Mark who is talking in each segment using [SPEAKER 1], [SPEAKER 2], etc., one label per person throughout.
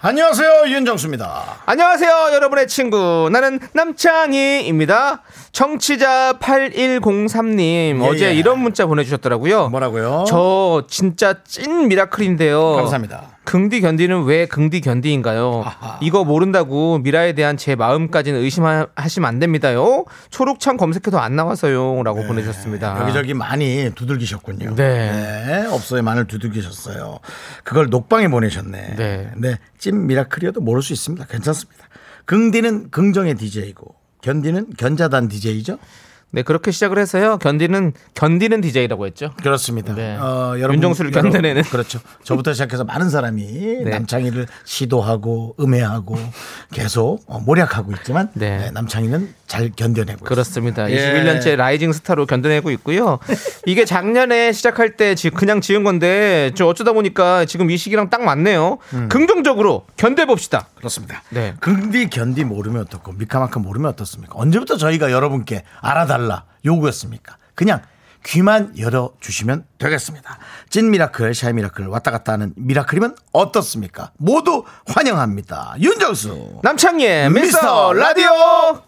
[SPEAKER 1] 안녕하세요 윤정수입니다.
[SPEAKER 2] 안녕하세요, 여러분의 친구. 나는 남창희입니다. 청취자 8103님,
[SPEAKER 1] 예,
[SPEAKER 2] 어제
[SPEAKER 1] 예.
[SPEAKER 2] 이런 문자 보내주셨더라고요.
[SPEAKER 1] 뭐라고요?
[SPEAKER 2] 저 진짜 찐 미라클인데요.
[SPEAKER 1] 감사합니다.
[SPEAKER 2] 긍디 견디는 왜 긍디 견디인가요?
[SPEAKER 1] 아하.
[SPEAKER 2] 이거 모른다고 미라에 대한 제 마음까지는 의심하시면 안 됩니다요. 초록창 검색해도 안 나와서요. 라고 보내주셨습니다.
[SPEAKER 1] 예, 여기저기 많이 두들기셨군요.
[SPEAKER 2] 아. 네.
[SPEAKER 1] 업소에 많이 두들기셨어요. 그걸 녹방에 보내셨네.
[SPEAKER 2] 네.
[SPEAKER 1] 찐 미라클이어도 모를 수 있습니다. 괜찮습니다. 긍디는 긍정의 DJ고 견디는 견자단 DJ죠.
[SPEAKER 2] 네, 그렇게 시작을 해서요. 견디는, 견디는 DJ라고 했죠.
[SPEAKER 1] 그렇습니다.
[SPEAKER 2] 네.
[SPEAKER 1] 어, 여러분,
[SPEAKER 2] 윤정수를
[SPEAKER 1] 여러분,
[SPEAKER 2] 견뎌내는. 네.
[SPEAKER 1] 그렇죠. 저부터 시작해서 많은 사람이 남창희를 시도하고 음해하고 계속 어, 모략하고 있지만
[SPEAKER 2] 네.
[SPEAKER 1] 네, 남창희는 잘 견뎌내고
[SPEAKER 2] 그렇습니다.
[SPEAKER 1] 예.
[SPEAKER 2] 21년째 라이징 스타로 견뎌내고 있고요. 이게 작년에 시작할 때 지- 그냥 지은 건데 좀 어쩌다 보니까 지금 이 시기랑 딱 맞네요.
[SPEAKER 1] 음.
[SPEAKER 2] 긍정적으로 견뎌봅시다.
[SPEAKER 1] 그렇습니다.
[SPEAKER 2] 네.
[SPEAKER 1] 긍디 견디 모르면 어떻고 미카마카 모르면 어떻습니까? 언제부터 저희가 여러분께 알아달라 요구했습니까? 그냥 귀만 열어주시면 되겠습니다. 찐 미라클, 샤이 미라클 왔다 갔다 하는 미라클이면 어떻습니까? 모두 환영합니다.
[SPEAKER 2] 네.
[SPEAKER 1] 윤정수.
[SPEAKER 2] 남창희의
[SPEAKER 1] 미스터
[SPEAKER 2] 미스터 라디오!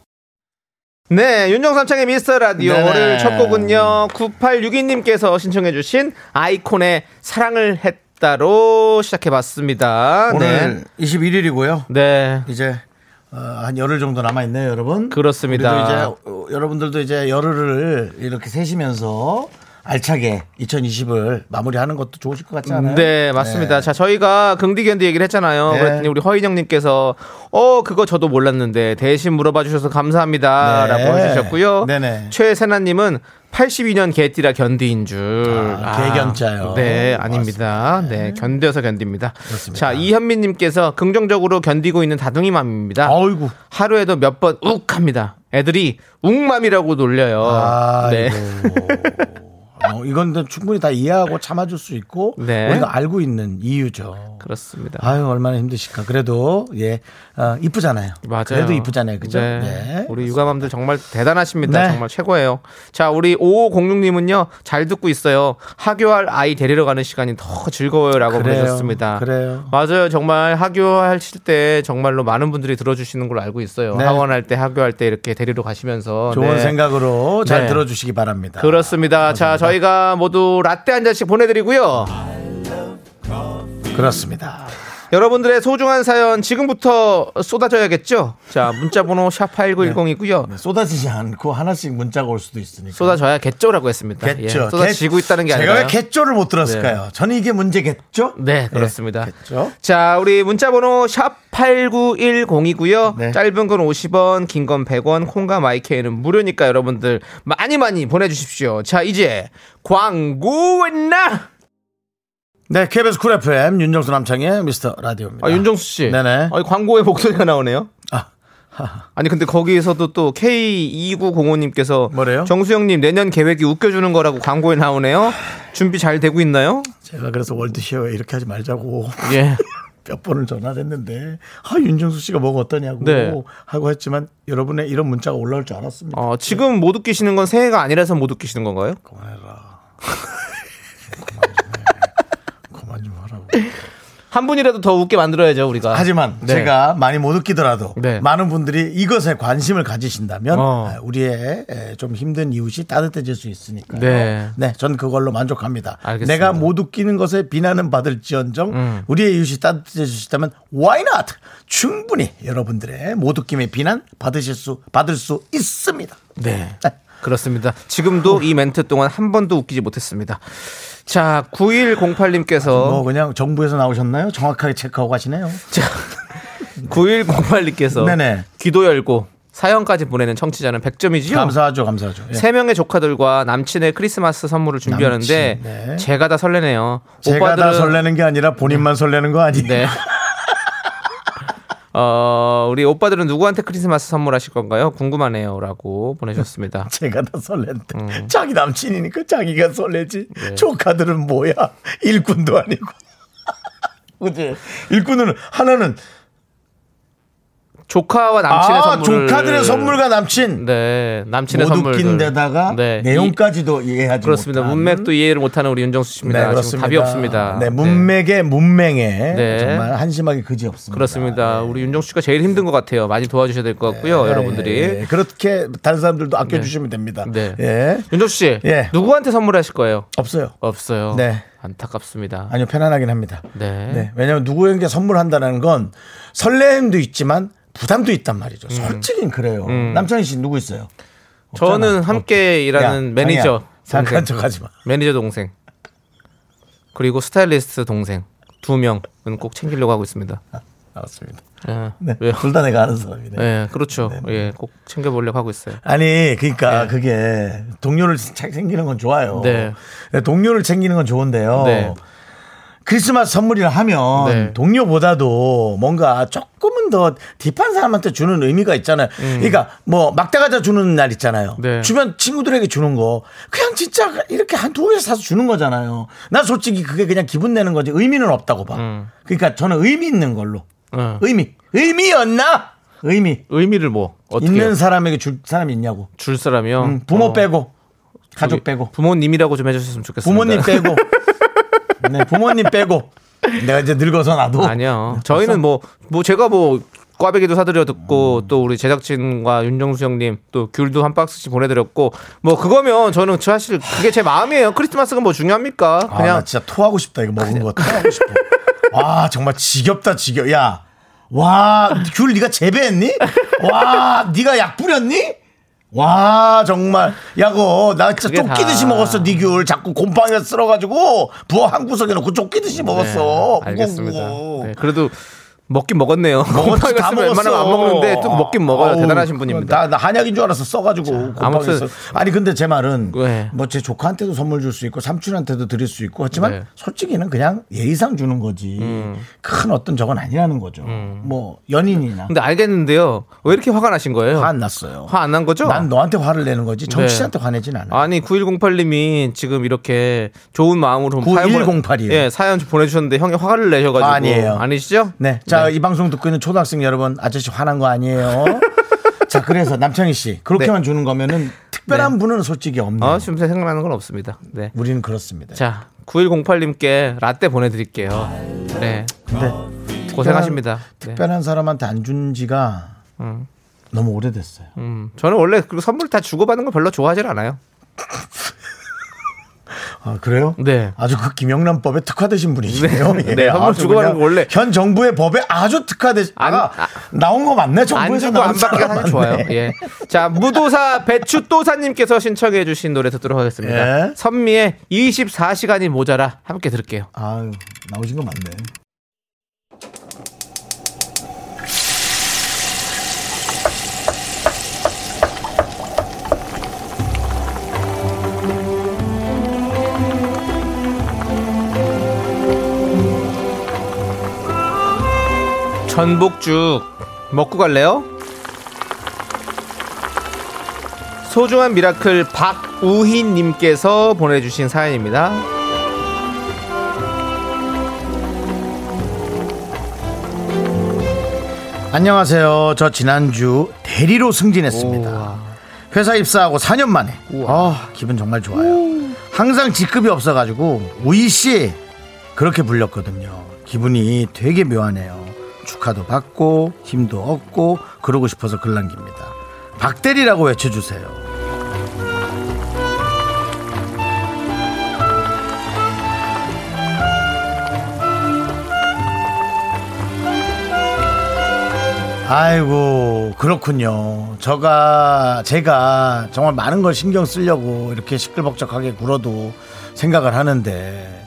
[SPEAKER 2] 네, 윤정삼창의 미스터 라디오.
[SPEAKER 1] 네네.
[SPEAKER 2] 오늘 첫 곡은요, 9862님께서 신청해주신 아이콘의 사랑을 했다로 시작해봤습니다.
[SPEAKER 1] 네. 오늘 21일이고요.
[SPEAKER 2] 네. 네.
[SPEAKER 1] 이제 어, 한 열흘 정도 남아 있네요, 여러분.
[SPEAKER 2] 그렇습니다.
[SPEAKER 1] 우리도 이제 어, 여러분들도 이제 열흘을 이렇게 세시면서 알차게 2020을 마무리하는 것도 좋으실 것 같지 않아요?
[SPEAKER 2] 네, 맞습니다. 자, 저희가 긍디견디 얘기를 했잖아요.
[SPEAKER 1] 네.
[SPEAKER 2] 그랬더니 우리 허인영님께서 어 그거 저도 몰랐는데 대신 물어봐 주셔서 감사합니다라고
[SPEAKER 1] 네.
[SPEAKER 2] 해주셨고요.
[SPEAKER 1] 네네.
[SPEAKER 2] 최세나님은 82년 개띠라 견디인 줄.
[SPEAKER 1] 아, 개견자요.
[SPEAKER 2] 네, 아닙니다. 네, 견뎌서 견딥니다.
[SPEAKER 1] 그렇습니다.
[SPEAKER 2] 자, 이현민님께서 긍정적으로 견디고 있는 다둥이맘입니다.
[SPEAKER 1] 아이고.
[SPEAKER 2] 하루에도 몇 번 욱합니다. 애들이 욱맘이라고 놀려요.
[SPEAKER 1] 아,
[SPEAKER 2] 네.
[SPEAKER 1] 어, 이건 또 충분히 다 이해하고 참아줄 수 있고
[SPEAKER 2] 네.
[SPEAKER 1] 우리가 알고 있는 이유죠.
[SPEAKER 2] 그렇습니다.
[SPEAKER 1] 아유 얼마나 힘드실까. 그래도 예 어, 이쁘잖아요.
[SPEAKER 2] 맞아요.
[SPEAKER 1] 그래도 이쁘잖아요, 그죠?
[SPEAKER 2] 네.
[SPEAKER 1] 네.
[SPEAKER 2] 우리 육아맘들 정말 대단하십니다.
[SPEAKER 1] 네.
[SPEAKER 2] 정말 최고예요. 자, 우리 5506님은요, 잘 듣고 있어요. 학교할 아이 데리러 가는 시간이 더 즐거워요라고
[SPEAKER 1] 그래요.
[SPEAKER 2] 보내셨습니다.
[SPEAKER 1] 그래요.
[SPEAKER 2] 맞아요. 정말 학교하실 때 정말로 많은 분들이 들어주시는 걸로 알고 있어요.
[SPEAKER 1] 네.
[SPEAKER 2] 학원할 때, 학교할 때 이렇게 데리러 가시면서.
[SPEAKER 1] 좋은
[SPEAKER 2] 네.
[SPEAKER 1] 생각으로 잘
[SPEAKER 2] 네.
[SPEAKER 1] 들어주시기 바랍니다.
[SPEAKER 2] 그렇습니다. 자, 저희가 모두 라떼 한 잔씩 보내드리고요.
[SPEAKER 1] 그렇습니다.
[SPEAKER 2] 여러분들의 소중한 사연 지금부터 쏟아져야겠죠? 자, 문자번호 샵8910이고요.
[SPEAKER 1] 네, 쏟아지지 않고 하나씩 문자가 올 수도 있으니까.
[SPEAKER 2] 쏟아져야겠죠라고 했습니다. 예,
[SPEAKER 1] 겠죠.
[SPEAKER 2] 쏟아지고 있다는 게
[SPEAKER 1] 제가
[SPEAKER 2] 아니라.
[SPEAKER 1] 왜 겠죠를 못 들었을까요? 저는 이게 문제겠죠?
[SPEAKER 2] 네, 그렇습니다.
[SPEAKER 1] 네, 겠죠.
[SPEAKER 2] 자, 우리 문자번호 샵8910이고요.
[SPEAKER 1] 네.
[SPEAKER 2] 짧은 건 50원, 긴 건 100원, 콩과 마이케이는 무료니까 여러분들 많이 많이 보내주십시오. 자, 이제 광고 했나?
[SPEAKER 1] 네, KBS 쿨 FM 윤정수 남창의 미스터 라디오입니다.
[SPEAKER 2] 아, 윤정수 씨.
[SPEAKER 1] 네네.
[SPEAKER 2] 아, 광고의 목소리가 나오네요.
[SPEAKER 1] 아,
[SPEAKER 2] 아니 근데 거기에서도 또 K2905님께서
[SPEAKER 1] 뭐래요?
[SPEAKER 2] 정수영님 내년 계획이 웃겨주는 거라고 광고에 나오네요. 준비 잘 되고 있나요?
[SPEAKER 1] 제가 그래서 월드쉐어에 이렇게 하지 말자고
[SPEAKER 2] 예.
[SPEAKER 1] 몇 번을 전화했는데 아 윤정수 씨가 뭐가 어떠냐고
[SPEAKER 2] 네.
[SPEAKER 1] 하고 했지만 여러분의 이런 문자가 올라올 줄 알았습니다.
[SPEAKER 2] 어, 지금 못 웃기시는 건 새해가 아니라서 못 웃기시는 건가요?
[SPEAKER 1] 그만해라. 그만 좀 해. 그만 좀 하라고.
[SPEAKER 2] 한 분이라도 더 웃게 만들어야죠 우리가.
[SPEAKER 1] 아, 하지만
[SPEAKER 2] 네.
[SPEAKER 1] 제가 많이 못 웃기더라도
[SPEAKER 2] 네.
[SPEAKER 1] 많은 분들이 이것에 관심을 가지신다면
[SPEAKER 2] 어.
[SPEAKER 1] 아, 우리의 에, 좀 힘든 이웃이 따뜻해질 수 있으니까요.
[SPEAKER 2] 네.
[SPEAKER 1] 전 그걸로 만족합니다.
[SPEAKER 2] 알겠습니다. 음.
[SPEAKER 1] 내가 못 웃기는 것에 비난은 받을지언정 우리의 이웃이 따뜻해지시다면 why not? 충분히 여러분들의 못 웃김의 비난 받으실 수 받을 수 있습니다.
[SPEAKER 2] 네.
[SPEAKER 1] 네.
[SPEAKER 2] 그렇습니다. 지금도 이 멘트 동안 한 번도 웃기지 못했습니다. 자, 9108님께서
[SPEAKER 1] 뭐 그냥 정부에서 나오셨나요? 정확하게 체크하고 가시네요.
[SPEAKER 2] 자, 9108님께서
[SPEAKER 1] 네네.
[SPEAKER 2] 귀도 열고 사연까지 보내는 청취자는 100점이지요.
[SPEAKER 1] 감사하죠, 감사하죠. 예.
[SPEAKER 2] 세 명의 조카들과 남친의 크리스마스 선물을 준비하는데
[SPEAKER 1] 남친, 네.
[SPEAKER 2] 제가 다 설레네요.
[SPEAKER 1] 제가 다
[SPEAKER 2] 오빠들은-
[SPEAKER 1] 네. 설레는 게 아니라 본인만 설레는 거 아니에요?
[SPEAKER 2] 네. 어, 우리 오빠들은 누구한테 크리스마스 선물하실 건가요? 궁금하네요라고 보내셨습니다.
[SPEAKER 1] 제가 다 설렌데
[SPEAKER 2] 음.
[SPEAKER 1] 자기 남친이니까 자기가 설레지
[SPEAKER 2] 네.
[SPEAKER 1] 조카들은 뭐야 일꾼도 아니고 그지 일꾼은 하나는
[SPEAKER 2] 조카와 남친의
[SPEAKER 1] 아
[SPEAKER 2] 선물.
[SPEAKER 1] 조카들의 선물과 남친
[SPEAKER 2] 네, 남친의
[SPEAKER 1] 못
[SPEAKER 2] 선물.
[SPEAKER 1] 웃긴 데다가 내용까지도 이해하지
[SPEAKER 2] 그렇습니다.
[SPEAKER 1] 못한.
[SPEAKER 2] 문맥도 이해를 못하는 우리 윤정수
[SPEAKER 1] 네,
[SPEAKER 2] 씨입니다. 지금
[SPEAKER 1] 그렇습니다.
[SPEAKER 2] 답이 없습니다.
[SPEAKER 1] 네,
[SPEAKER 2] 네,
[SPEAKER 1] 문맥의 문맹에
[SPEAKER 2] 네.
[SPEAKER 1] 정말 한심하게 그지 없습니다. 네.
[SPEAKER 2] 그렇습니다. 우리 윤정수 씨가 제일 힘든 것 같아요. 많이 도와주셔야 될 것 같고요, 여러분들이.
[SPEAKER 1] 예, 예. 그렇게 다른 사람들도 아껴주시면 됩니다.
[SPEAKER 2] 네.
[SPEAKER 1] 예.
[SPEAKER 2] 윤정수 씨,
[SPEAKER 1] 예.
[SPEAKER 2] 누구한테 선물하실 거예요?
[SPEAKER 1] 없어요.
[SPEAKER 2] 없어요.
[SPEAKER 1] 네.
[SPEAKER 2] 안타깝습니다.
[SPEAKER 1] 아니요, 편안하긴 합니다.
[SPEAKER 2] 네.
[SPEAKER 1] 네, 왜냐하면 누구에게 선물한다는 건 설레임도 있지만 부담도 있단 말이죠.
[SPEAKER 2] 음.
[SPEAKER 1] 솔직히 그래요. 남창희 씨 누구 있어요?
[SPEAKER 2] 저는
[SPEAKER 1] 없잖아.
[SPEAKER 2] 함께 일하는
[SPEAKER 1] 야,
[SPEAKER 2] 매니저
[SPEAKER 1] 장이야, 잠깐
[SPEAKER 2] 동생,
[SPEAKER 1] 척하지 마.
[SPEAKER 2] 매니저 동생 그리고 스타일리스트 동생 두 명은 꼭 챙기려고 하고 있습니다.
[SPEAKER 1] 알았습니다.
[SPEAKER 2] 예.
[SPEAKER 1] 네,
[SPEAKER 2] 왜요?
[SPEAKER 1] 아, 둘 다 내가 아는 사람이네.
[SPEAKER 2] 예, 그렇죠. 예, 꼭 챙겨보려고 하고 있어요.
[SPEAKER 1] 아니, 그러니까 그게 동료를 챙- 챙기는 건 좋아요.
[SPEAKER 2] 네.
[SPEAKER 1] 네, 동료를 챙기는 건 좋은데요.
[SPEAKER 2] 네.
[SPEAKER 1] 크리스마스 선물이라 하면
[SPEAKER 2] 네.
[SPEAKER 1] 동료보다도 뭔가 조금은 더 딥한 사람한테 주는 의미가 있잖아요. 그러니까 뭐 막대가자 주는 날 있잖아요.
[SPEAKER 2] 음. 네.
[SPEAKER 1] 주변 친구들에게 주는 거 그냥 진짜 이렇게 한 두 개 사서 주는 거잖아요. 난 솔직히 그게 그냥 기분 내는 거지 의미는 없다고 봐.
[SPEAKER 2] 음.
[SPEAKER 1] 그러니까 저는 의미 있는 걸로
[SPEAKER 2] 어.
[SPEAKER 1] 의미 의미였나 의미
[SPEAKER 2] 의미를 뭐 어떻게
[SPEAKER 1] 있는 사람에게 줄 사람이 있냐고.
[SPEAKER 2] 줄 사람이요?
[SPEAKER 1] 음, 부모
[SPEAKER 2] 어,
[SPEAKER 1] 빼고 가족
[SPEAKER 2] 저기
[SPEAKER 1] 빼고
[SPEAKER 2] 부모님이라고 좀 해주셨으면 좋겠습니다.
[SPEAKER 1] 부모님 빼고 네, 부모님 빼고 내가 이제 늙어서 나도
[SPEAKER 2] 아니요. 저희는 뭐 뭐 제가 뭐 꽈배기도 사드려 듣고 또 우리 제작진과 윤정수 형님 또 귤도 한 박스씩 보내드렸고 뭐 그거면 저는 사실 그게 제 마음이에요. 크리스마스가 뭐
[SPEAKER 1] 아,
[SPEAKER 2] 중요합니까?
[SPEAKER 1] 나
[SPEAKER 2] 그냥
[SPEAKER 1] 진짜 토하고 싶다 이거 먹은 거 토하고 싶어 와 정말 지겹다 지겨 야와귤 네가 재배했니 와 네가 약 뿌렸니 와 정말 야고 나 진짜
[SPEAKER 2] 그게 다-
[SPEAKER 1] 쫓기듯이 먹었어 네 귤 자꾸 곰팡이가 쓸어가지고 부엌 한 구석에 놓고 쫓기듯이 먹었어
[SPEAKER 2] 네, 알겠습니다.
[SPEAKER 1] 무거워.
[SPEAKER 2] 네, 그래도 먹긴 먹었네요.
[SPEAKER 1] 먹었지
[SPEAKER 2] 곰팡이가
[SPEAKER 1] 다
[SPEAKER 2] 있으면
[SPEAKER 1] 먹었어.
[SPEAKER 2] 웬만하면 안 먹는데 또 먹긴 먹어요.
[SPEAKER 1] 아우,
[SPEAKER 2] 대단하신 분입니다.
[SPEAKER 1] 나, 나 한약인 줄 알았어 써가지고
[SPEAKER 2] 아무튼.
[SPEAKER 1] 아무튼 아니 근데 제 말은
[SPEAKER 2] 네.
[SPEAKER 1] 뭐 제 조카한테도 선물 줄 수 있고 삼촌한테도 드릴 수 있고 하지만
[SPEAKER 2] 네. 음.
[SPEAKER 1] 솔직히는 그냥 예의상 주는 거지 큰 어떤 적은 아니라는 거죠. 뭐 연인이나
[SPEAKER 2] 근데 알겠는데요. 왜 이렇게 화가 나신 거예요?
[SPEAKER 1] 화 안 났어요.
[SPEAKER 2] 화 안 난 거죠?
[SPEAKER 1] 난 너한테 화를 내는 거지 정치한테 화내진 않아.
[SPEAKER 2] 아니 9108님이 지금 이렇게 좋은 마음으로
[SPEAKER 1] 9108 이요.
[SPEAKER 2] 사연, 보내- 예, 사연 보내주셨는데 형이 화를 내셔가지고
[SPEAKER 1] 아니에요.
[SPEAKER 2] 아니시죠?
[SPEAKER 1] 네. 자, 이 방송 듣고 있는 초등학생 여러분, 아저씨 화난 거 아니에요. 자, 그래서 남창희 씨,
[SPEAKER 2] 네.
[SPEAKER 1] 그렇게만 주는 거면은 특별한 분은 솔직히 없네요.
[SPEAKER 2] 어, 지금 생각나는 건 없습니다. 네.
[SPEAKER 1] 우리는 그렇습니다.
[SPEAKER 2] 자, 9108님께 라떼 보내드릴게요. 네.
[SPEAKER 1] 근데
[SPEAKER 2] 고생하십니다. 네.
[SPEAKER 1] 특별한 사람한테 안 준 지가 너무 오래됐어요.
[SPEAKER 2] 음, 저는 원래 그 선물 다 주고받는 걸 별로 좋아하진 않아요.
[SPEAKER 1] 아 그래요?
[SPEAKER 2] 네.
[SPEAKER 1] 아주 그 김영란법에 특화되신 분이시네요.
[SPEAKER 2] 네.
[SPEAKER 1] 예.
[SPEAKER 2] 네, 한번
[SPEAKER 1] 아주
[SPEAKER 2] 주고받은
[SPEAKER 1] 그냥
[SPEAKER 2] 거 원래.
[SPEAKER 1] 현 정부의 법에 아주 특화되.
[SPEAKER 2] 안-
[SPEAKER 1] 아,
[SPEAKER 2] 아.
[SPEAKER 1] 나온 거 맞네.
[SPEAKER 2] 안
[SPEAKER 1] 정부에서
[SPEAKER 2] 주고
[SPEAKER 1] 나온
[SPEAKER 2] 안 받기가
[SPEAKER 1] 사람
[SPEAKER 2] 사실
[SPEAKER 1] 맞네.
[SPEAKER 2] 좋아요. 예. 자, 무도사 배추도사님께서 신청해주신 노래 듣도록 하겠습니다.
[SPEAKER 1] 예.
[SPEAKER 2] 선미의 24시간이 모자라 함께 들을게요.
[SPEAKER 1] 아유 나오신 거 맞네.
[SPEAKER 2] 전복죽 먹고 갈래요? 소중한 미라클 박우희님께서 보내주신 사연입니다.
[SPEAKER 1] 안녕하세요. 저 지난주 대리로 승진했습니다.
[SPEAKER 2] 우와.
[SPEAKER 1] 회사 입사하고 4년 만에.
[SPEAKER 2] 우와.
[SPEAKER 1] 아, 기분 정말 좋아요. 항상 직급이 없어가지고 우이 씨 그렇게 불렸거든요. 기분이 되게 묘하네요. 축하도 받고 힘도 얻고 그러고 싶어서 글 남깁니다. 박대리라고 외쳐주세요. 아이고 그렇군요. 저가 제가 정말 많은 걸 신경 쓰려고 이렇게 시끌벅적하게 굴어도 생각을 하는데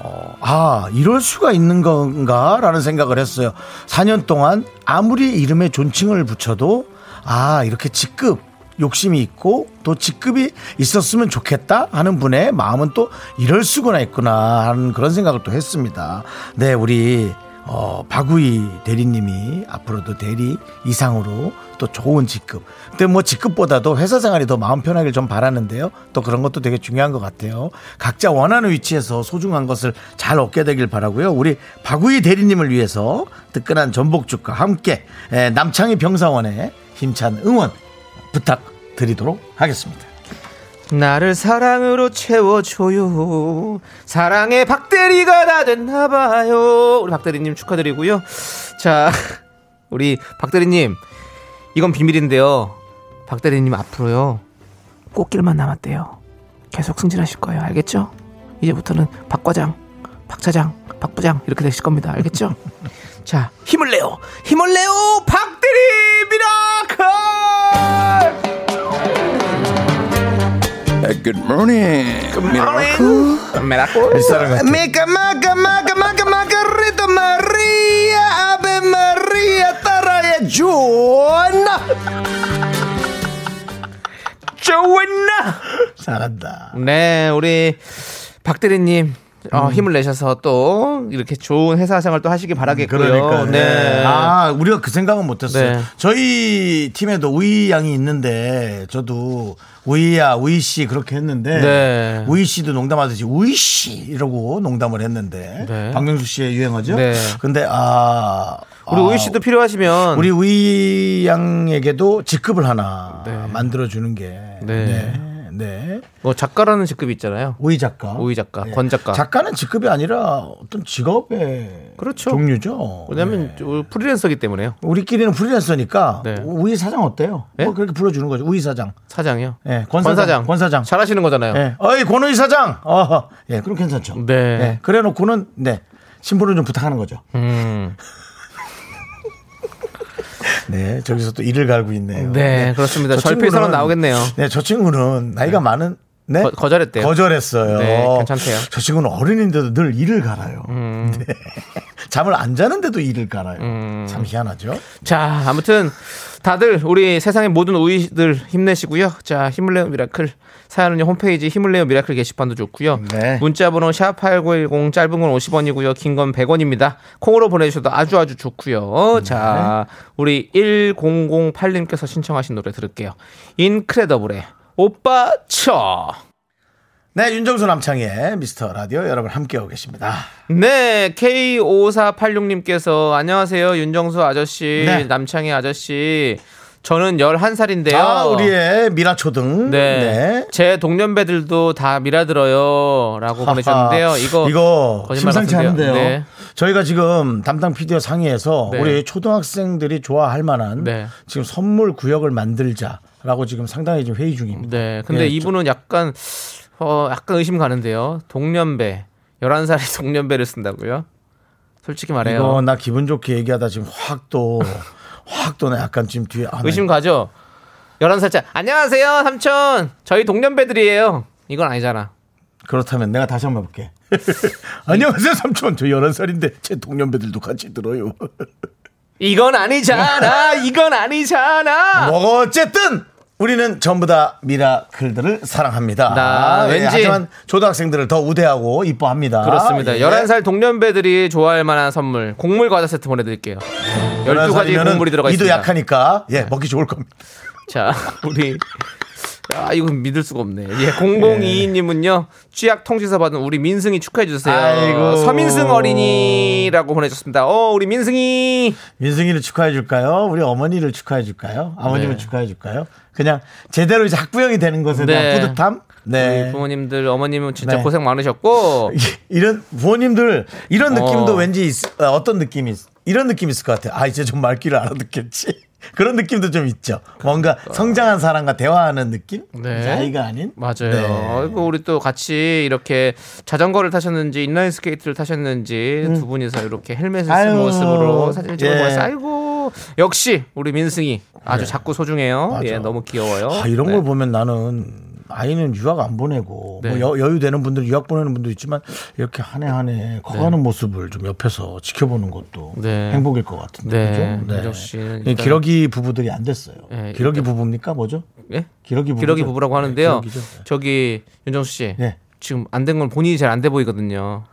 [SPEAKER 1] 어, 아 이럴 수가 있는 건가라는 생각을 했어요. 4년 동안 아무리 이름에 존칭을 붙여도 아 이렇게 직급 욕심이 있고 또 직급이 있었으면 좋겠다 하는 분의 마음은 또 이럴 수거나 있구나 하는 그런 생각을 또 했습니다. 네 우리 어, 박우희 대리님이 앞으로도 대리 이상으로 또 좋은 직급. 근데 뭐 직급보다도 회사 생활이 더 마음 편하길 좀 바라는데요. 또 그런 것도 되게 중요한 것 같아요. 각자 원하는 위치에서 소중한 것을 잘 얻게 되길 바라고요. 우리 박우희 대리님을 위해서 뜨끈한 전복죽과 함께 에, 남창희 병사원의 힘찬 응원 부탁드리도록 하겠습니다.
[SPEAKER 2] 나를 사랑으로 채워줘요. 사랑의 박대리가 다 됐나봐요. 우리 박대리님 축하드리고요. 자, 우리 박대리님, 이건 비밀인데요. 박대리님 앞으로요. 꽃길만 남았대요. 계속 승진하실 거예요. 알겠죠? 이제부터는 박과장, 박차장, 박부장 이렇게 되실 겁니다. 알겠죠? 자, 힘을 내요. 힘을 내요. 박대리 미라클!
[SPEAKER 3] Uh, Good morning.
[SPEAKER 2] 미라클.
[SPEAKER 1] 미카 마카 마카 마카 마카리타 마리아 아베 마리아 따라해 주나
[SPEAKER 2] 좋았나?
[SPEAKER 1] 잘한다.
[SPEAKER 2] 네, 우리 박대리님. 어,
[SPEAKER 1] 음.
[SPEAKER 2] 힘을 내셔서 또 이렇게 좋은 회사 생활 또 하시길 바라겠고요. 네.
[SPEAKER 1] 아 우리가 그 생각은 못했어요.
[SPEAKER 2] 네.
[SPEAKER 1] 저희 팀에도 우이 양이 있는데 저도 우이야 우이 씨 그렇게 했는데
[SPEAKER 2] 네.
[SPEAKER 1] 우이 씨도 농담하듯이 우이 씨 이러고 농담을 했는데
[SPEAKER 2] 네.
[SPEAKER 1] 박명수 씨의 유행어죠.
[SPEAKER 2] 네.
[SPEAKER 1] 근데 아
[SPEAKER 2] 우리
[SPEAKER 1] 아,
[SPEAKER 2] 우유 씨도 필요하시면
[SPEAKER 1] 우리 우이 양에게도 직급을 하나
[SPEAKER 2] 네.
[SPEAKER 1] 만들어 주는 게
[SPEAKER 2] 네.
[SPEAKER 1] 네. 네.
[SPEAKER 2] 뭐 작가라는 직급이 있잖아요.
[SPEAKER 1] 우이 작가.
[SPEAKER 2] 우이 작가,
[SPEAKER 1] 예.
[SPEAKER 2] 권 작가.
[SPEAKER 1] 작가는 직급이 아니라 어떤 직업의
[SPEAKER 2] 그렇죠.
[SPEAKER 1] 종류죠.
[SPEAKER 2] 왜냐면
[SPEAKER 1] 네.
[SPEAKER 2] 저 프리랜서기 때문에요.
[SPEAKER 1] 우리끼리는 프리랜서니까
[SPEAKER 2] 네.
[SPEAKER 1] 우이 사장 어때요?
[SPEAKER 2] 예?
[SPEAKER 1] 뭐 그렇게 불러주는 거죠. 우이 사장.
[SPEAKER 2] 사장이요.
[SPEAKER 1] 예, 권
[SPEAKER 2] 권
[SPEAKER 1] 사장,
[SPEAKER 2] 사장.
[SPEAKER 1] 권 사장.
[SPEAKER 2] 잘하시는 거잖아요.
[SPEAKER 1] 예. 어이 권우이 사장. 어허. 예, 그럼 괜찮죠.
[SPEAKER 2] 네.
[SPEAKER 1] 예, 그래놓고는 네 신분을 좀 부탁하는 거죠.
[SPEAKER 2] 음.
[SPEAKER 1] 네, 저기서 또 일을 갈고 있네요.
[SPEAKER 2] 네, 그렇습니다. 절필서는 나오겠네요.
[SPEAKER 1] 네, 저 친구는 나이가 많은. 네?
[SPEAKER 2] 거- 거절했대요.
[SPEAKER 1] 거절했어요.
[SPEAKER 2] 네, 괜찮대요. 음.
[SPEAKER 1] 저 친구는 어른인데도 늘 일을 갈아요. 네. 잠을 안 자는데도 일을 갈아요. 참 희한하죠.
[SPEAKER 2] 자, 아무튼 다들 우리 세상의 모든 우위들 힘내시고요. 자, 힘을 내요 미라클. 사연은요 홈페이지 힘을 내요 미라클 게시판도 좋고요.
[SPEAKER 1] 네.
[SPEAKER 2] 문자번호 샵8910 짧은 건 50원이고요. 긴 건 100원입니다. 콩으로 보내주셔도 아주 아주 좋고요. 자, 우리 1008님께서 신청하신 노래 들을게요. 인크레더블의 오빠 쳐.
[SPEAKER 1] 네, 윤정수 남창희의 미스터 라디오 여러분 함께하고 계십니다.
[SPEAKER 2] 네, K5486님께서 안녕하세요. 윤정수 아저씨,
[SPEAKER 1] 네.
[SPEAKER 2] 남창희 아저씨. 저는 11살인데요.
[SPEAKER 1] 아, 우리의 미라 초등.
[SPEAKER 2] 네. 제 동년배들도 다 미라 들어요. 라고 뭐 보내주셨는데요. 이거.
[SPEAKER 1] 이거
[SPEAKER 2] 거짓말
[SPEAKER 1] 심상치
[SPEAKER 2] 같은데요.
[SPEAKER 1] 않은데요.
[SPEAKER 2] 네.
[SPEAKER 1] 저희가 지금 담당 PD와 상의해서
[SPEAKER 2] 네.
[SPEAKER 1] 우리 초등학생들이 좋아할 만한
[SPEAKER 2] 네.
[SPEAKER 1] 지금 선물 구역을 만들자라고 지금 상당히 지금 회의 중입니다.
[SPEAKER 2] 네. 근데
[SPEAKER 1] 예,
[SPEAKER 2] 이분은 약간, 어, 약간 의심 가는데요. 동년배. 11살의 동년배를 쓴다고요? 솔직히 말해요.
[SPEAKER 1] 이거 나 기분 좋게 얘기하다 지금 확 또 확 또 나 약간 지금 뒤에 아, 나
[SPEAKER 2] 의심 가죠? 11살짜. 안녕하세요, 삼촌. 저희 동년배들이에요. 이건 아니잖아.
[SPEAKER 1] 그렇다면 내가 다시 한번 해볼게. 안녕하세요 삼촌 저 11살인데 제 동년배들도 같이 들어요.
[SPEAKER 2] 이건 아니잖아. 이건 아니잖아.
[SPEAKER 1] 뭐 어쨌든 우리는 전부 다 미라클들을 사랑합니다.
[SPEAKER 2] 나
[SPEAKER 1] 예,
[SPEAKER 2] 왠지-
[SPEAKER 1] 하지만 초등학생들을 더 우대하고 이뻐합니다.
[SPEAKER 2] 그렇습니다.
[SPEAKER 1] 예.
[SPEAKER 2] 11살 동년배들이 좋아할 만한 선물 곡물 과자 세트 보내드릴게요. 12가지
[SPEAKER 1] 11살이면은
[SPEAKER 2] 곡물이 들어가
[SPEAKER 1] 이도
[SPEAKER 2] 있습니다. 네.
[SPEAKER 1] 약하니까 예 먹기 좋을 겁니다.
[SPEAKER 2] 자, 우리 아 이건 믿을 수가 없네. 예, 0022님은요 취약 통지서 받은 우리 민승이 축하해 주세요.
[SPEAKER 1] 예. 아이고.
[SPEAKER 2] 서민승 어린이라고 보내줬습니다. 어, 우리 민승이
[SPEAKER 1] 민승이를 축하해 줄까요? 우리 어머니를 축하해 줄까요? 아버님을
[SPEAKER 2] 네.
[SPEAKER 1] 축하해 줄까요? 그냥 제대로 이제 학부형이 되는 것에
[SPEAKER 2] 네.
[SPEAKER 1] 대한 뿌듯함.
[SPEAKER 2] 우리
[SPEAKER 1] 네.
[SPEAKER 2] 부모님들 어머님은 진짜
[SPEAKER 1] 네.
[SPEAKER 2] 고생 많으셨고
[SPEAKER 1] 이런 부모님들 이런
[SPEAKER 2] 어.
[SPEAKER 1] 느낌도 왠지 있- 어, 어떤 느낌이 있- 이런 느낌 있을 것 같아요. 아 이제 좀 말귀를 알아듣겠지. 그런 느낌도 좀 있죠. 뭔가 성장한 사람과 대화하는 느낌?
[SPEAKER 2] 네.
[SPEAKER 1] 이제 아이가 아닌?
[SPEAKER 2] 맞아요.
[SPEAKER 1] 네.
[SPEAKER 2] 아이고 우리 또 같이 이렇게 자전거를 타셨는지 인라인 스케이트를 타셨는지 두 분이서 이렇게 헬멧을 쓴
[SPEAKER 1] 음. 아유,
[SPEAKER 2] 모습으로 사진 찍은
[SPEAKER 1] 예. 네.
[SPEAKER 2] 거였어요. 아이고 역시 우리 민승이 아주 작고 소중해요.
[SPEAKER 1] 맞아.
[SPEAKER 2] 예, 너무 귀여워요.
[SPEAKER 1] 아, 이런
[SPEAKER 2] 네.
[SPEAKER 1] 걸 보면 나는 아이는 유학 안 보내고
[SPEAKER 2] 네.
[SPEAKER 1] 뭐 여, 유되는 분들 유학 보내는 분도 있지만 이렇게 한 해 한 해 커가는 모습을 좀 옆에서 지켜보는 것도
[SPEAKER 2] 네.
[SPEAKER 1] 행복일 것 같은데
[SPEAKER 2] 네.
[SPEAKER 1] 그죠?
[SPEAKER 2] 민정 씨는
[SPEAKER 1] 이
[SPEAKER 2] 일단-
[SPEAKER 1] 뭐, 예, 기러기 부부들이 안 됐어요.
[SPEAKER 2] 예,
[SPEAKER 1] 기러기 부부입니까 뭐죠?
[SPEAKER 2] 예?
[SPEAKER 1] 기러기 부부
[SPEAKER 2] 기러기 부부라고 하는데요.
[SPEAKER 1] 기러기죠. 네.
[SPEAKER 2] 저기 윤정수 씨
[SPEAKER 1] 예.
[SPEAKER 2] 지금 안 된 건 본인이 잘 안 돼 보이거든요.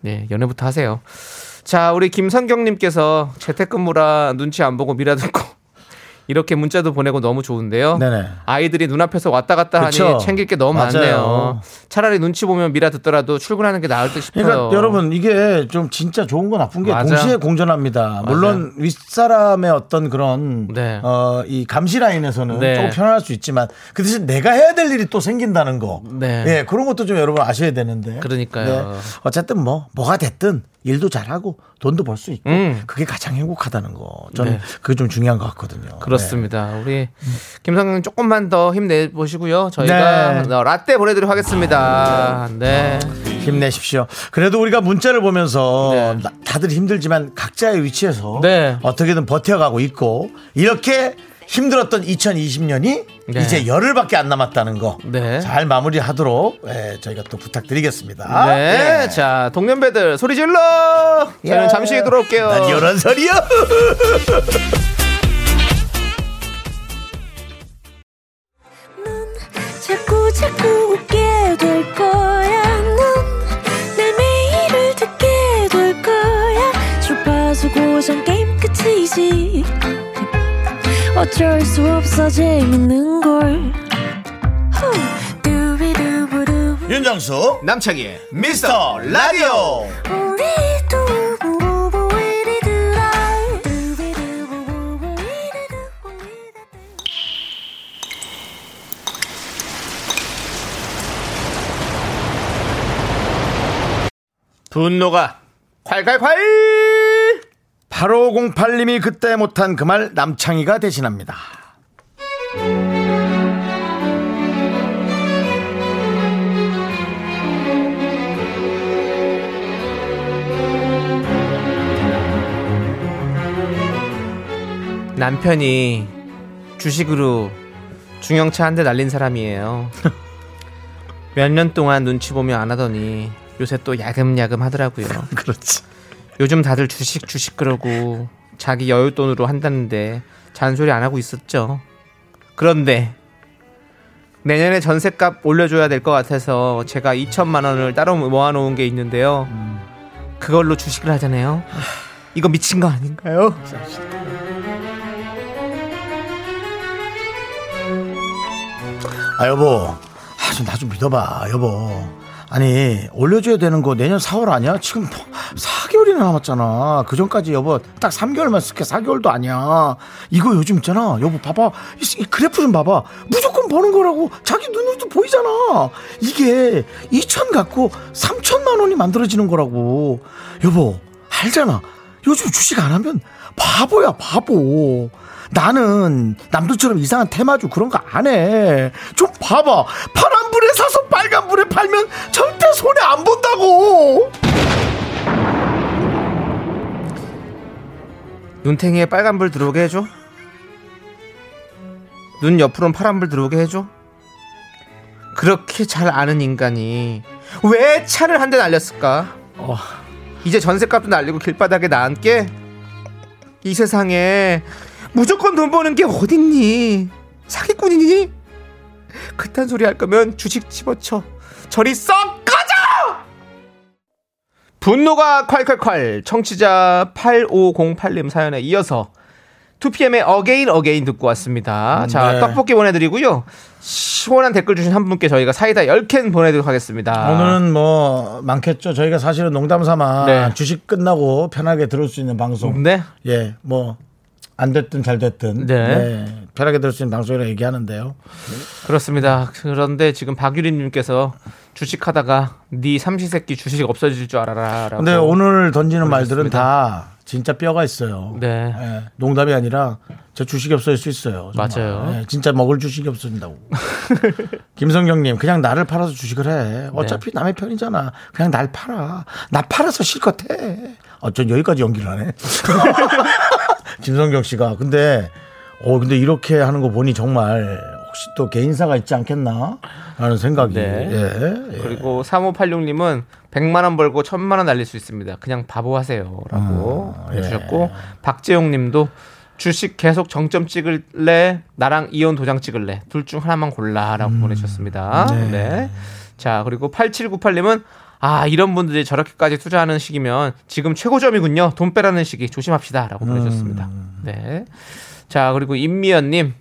[SPEAKER 2] 네, 연애부터 네, 하세요. 자, 우리 김선경님께서 재택근무라 눈치 안 보고 미라 듣고 이렇게 문자도 보내고 너무 좋은데요.
[SPEAKER 1] 네네.
[SPEAKER 2] 아이들이 눈앞에서 왔다 갔다 하니
[SPEAKER 1] 그쵸.
[SPEAKER 2] 챙길 게 너무
[SPEAKER 1] 맞아요.
[SPEAKER 2] 많네요. 차라리 눈치 보면 미라 듣더라도 출근하는 게 나을 듯 싶어요.
[SPEAKER 1] 그러니까 여러분 이게 좀 진짜 좋은 건 나쁜 게
[SPEAKER 2] 맞아요.
[SPEAKER 1] 동시에 공존합니다. 물론 윗사람의 어떤 그런
[SPEAKER 2] 네.
[SPEAKER 1] 어, 이 감시 라인에서는
[SPEAKER 2] 네.
[SPEAKER 1] 조금 편안할 수 있지만 그 대신 내가 해야 될 일이 또 생긴다는 거.
[SPEAKER 2] 네.
[SPEAKER 1] 예, 그런 것도 좀 여러분 아셔야 되는데.
[SPEAKER 2] 그러니까요.
[SPEAKER 1] 어쨌든 뭐 뭐가 됐든 일도 잘하고 돈도 벌 수 있고
[SPEAKER 2] 음.
[SPEAKER 1] 그게 가장 행복하다는 거. 저는
[SPEAKER 2] 네.
[SPEAKER 1] 그게 좀 중요한 것 같거든요.
[SPEAKER 2] 그렇습니다. 우리 김상경 조금만 더 힘내 보시고요. 저희가 어,
[SPEAKER 1] 네.
[SPEAKER 2] 라떼 보내드리도록 하겠습니다. 네.
[SPEAKER 1] 네, 힘내십시오. 그래도 우리가 문자를 보면서
[SPEAKER 2] 네.
[SPEAKER 1] 나- 다들 힘들지만 각자의 위치에서
[SPEAKER 2] 네.
[SPEAKER 1] 어떻게든 버텨가고 있고 이렇게 힘들었던 2020년이
[SPEAKER 2] 네.
[SPEAKER 1] 이제 열흘밖에 안 남았다는 거
[SPEAKER 2] 네.
[SPEAKER 1] 잘 마무리하도록 예, 저희가 또 부탁드리겠습니다.
[SPEAKER 2] 네.
[SPEAKER 1] 예.
[SPEAKER 2] 자, 동년배들 소리 질러! 저희는
[SPEAKER 1] 예.
[SPEAKER 2] 잠시 후에 돌아올게요.
[SPEAKER 1] 난 이런 소리요.
[SPEAKER 4] 자꾸 자꾸 웃게 될 거야. 넌내 매일을 듣게 될 거야. 주파수 고정 게임 끝이지. 어쩔 수 없어 재밌는 걸. 후. 두비두부두.
[SPEAKER 1] 윤정수
[SPEAKER 2] 남창희의
[SPEAKER 1] 미스터 라디오.
[SPEAKER 4] 우리 두부부부 우리 두라. 두비두부부부 우리 두부 우리 두부.
[SPEAKER 2] 분노가 콸콸콸!
[SPEAKER 1] 8508님이 그때 못한 그 말 남창희가 대신합니다.
[SPEAKER 2] 남편이 주식으로 중형차 한 대 날린 사람이에요. 몇 년 동안 눈치 보며 안 하더니 요새 또 야금야금 하더라고요.
[SPEAKER 1] 그렇지.
[SPEAKER 2] 요즘 다들 주식 주식 그러고 자기 여윳돈으로 한다는데 잔소리 안 하고 있었죠. 그런데 내년에 전세값 올려줘야 될 것 같아서 제가 2천만 원을 따로 모아놓은 게 있는데요.
[SPEAKER 1] 음.
[SPEAKER 2] 그걸로 주식을 하잖아요. 이거 미친 거 아닌가요?
[SPEAKER 1] 아 여보 좀 나 좀 믿어봐 여보 아니 올려줘야 되는 거 내년 4월 아니야? 지금 뭐 4개월이나 남았잖아 그 전까지 여보 딱 3개월만 쓸게 4개월도 아니야 이거 요즘 있잖아 여보 봐봐 이, 이 그래프 좀 봐봐 무조건 버는 거라고 자기 눈으로도 보이잖아 이게 2천 갖고 3천만 원이 만들어지는 거라고 여보 알잖아 요즘 주식 안 하면 바보야 바보 나는 남들처럼 이상한 테마주 그런 거 안 해 좀 봐봐 파란불에 사서 빨간불에 팔면 절대 손해 안 본다고
[SPEAKER 2] 눈탱이에 빨간불 들어오게 해줘. 눈 옆으로는 파란불 들어오게 해줘. 그렇게 잘 아는 인간이 왜 차를 한 대 날렸을까?
[SPEAKER 1] 어.
[SPEAKER 2] 이제 전세값도 날리고 길바닥에 나앉게 이 세상에 무조건 돈 버는 게 어딨니? 사기꾼이니? 그딴 소리 할 거면 주식 집어쳐 저리 썩 꺼져! 분노가 콸콸콸 청취자 8508님 사연에 이어서 2PM의 어게인 어게인 듣고 왔습니다.
[SPEAKER 1] 음,
[SPEAKER 2] 자
[SPEAKER 1] 네.
[SPEAKER 2] 떡볶이 보내드리고요. 시원한 댓글 주신 한 분께 저희가 사이다 10캔 보내드리도록 하겠습니다.
[SPEAKER 1] 아. 오늘은 뭐 많겠죠 저희가 사실은 농담삼아
[SPEAKER 2] 네.
[SPEAKER 1] 주식 끝나고 편하게 들을 수 있는 방송
[SPEAKER 2] 네.
[SPEAKER 1] 예 뭐 안 됐든 잘 됐든
[SPEAKER 2] 네.
[SPEAKER 1] 네, 편하게 들을 수 있는 방송이라 얘기하는데요
[SPEAKER 2] 그렇습니다. 그런데 지금 박유림님께서 주식하다가 네 삼시세끼 주식 없어질 줄 알아라라고.
[SPEAKER 1] 근데 네, 오늘 던지는 말들은 다 진짜 뼈가 있어요.
[SPEAKER 2] 네.
[SPEAKER 1] 예, 농담이 아니라 저 주식이 없어질 수 있어요. 정말.
[SPEAKER 2] 맞아요.
[SPEAKER 1] 예, 진짜 먹을 주식이 없어진다고. 김성경님, 그냥 나를 팔아서 주식을
[SPEAKER 2] 네.
[SPEAKER 1] 해. 어차피 남의 편이잖아. 그냥 날 팔아. 나 팔아서 실컷 해. 어, 전 여기까지 연기를 하네. 김성경 씨가. 근데, 어, 근데 이렇게 하는 거 보니 정말 혹시 또 개인사가 있지 않겠나? 라는 생각이.
[SPEAKER 2] 네.
[SPEAKER 1] 예, 예.
[SPEAKER 2] 그리고 3586님은 100만 원 벌고 1000만 원 날릴 수 있습니다. 그냥 바보 하세요라고
[SPEAKER 1] 아,
[SPEAKER 2] 해주셨고 박재용 님도 주식 계속 정점 찍을래 나랑 이혼 도장 찍을래
[SPEAKER 1] 음.
[SPEAKER 2] 둘 중 하나만 골라라고 보내주셨습니다. 네. 자 그리고 8798님은 아 이런 분들이 저렇게까지 투자하는 시기면 지금 최고점이군요. 돈 빼라는 시기 조심합시다라고 보내셨습니다. 네. 자 그리고 임미연님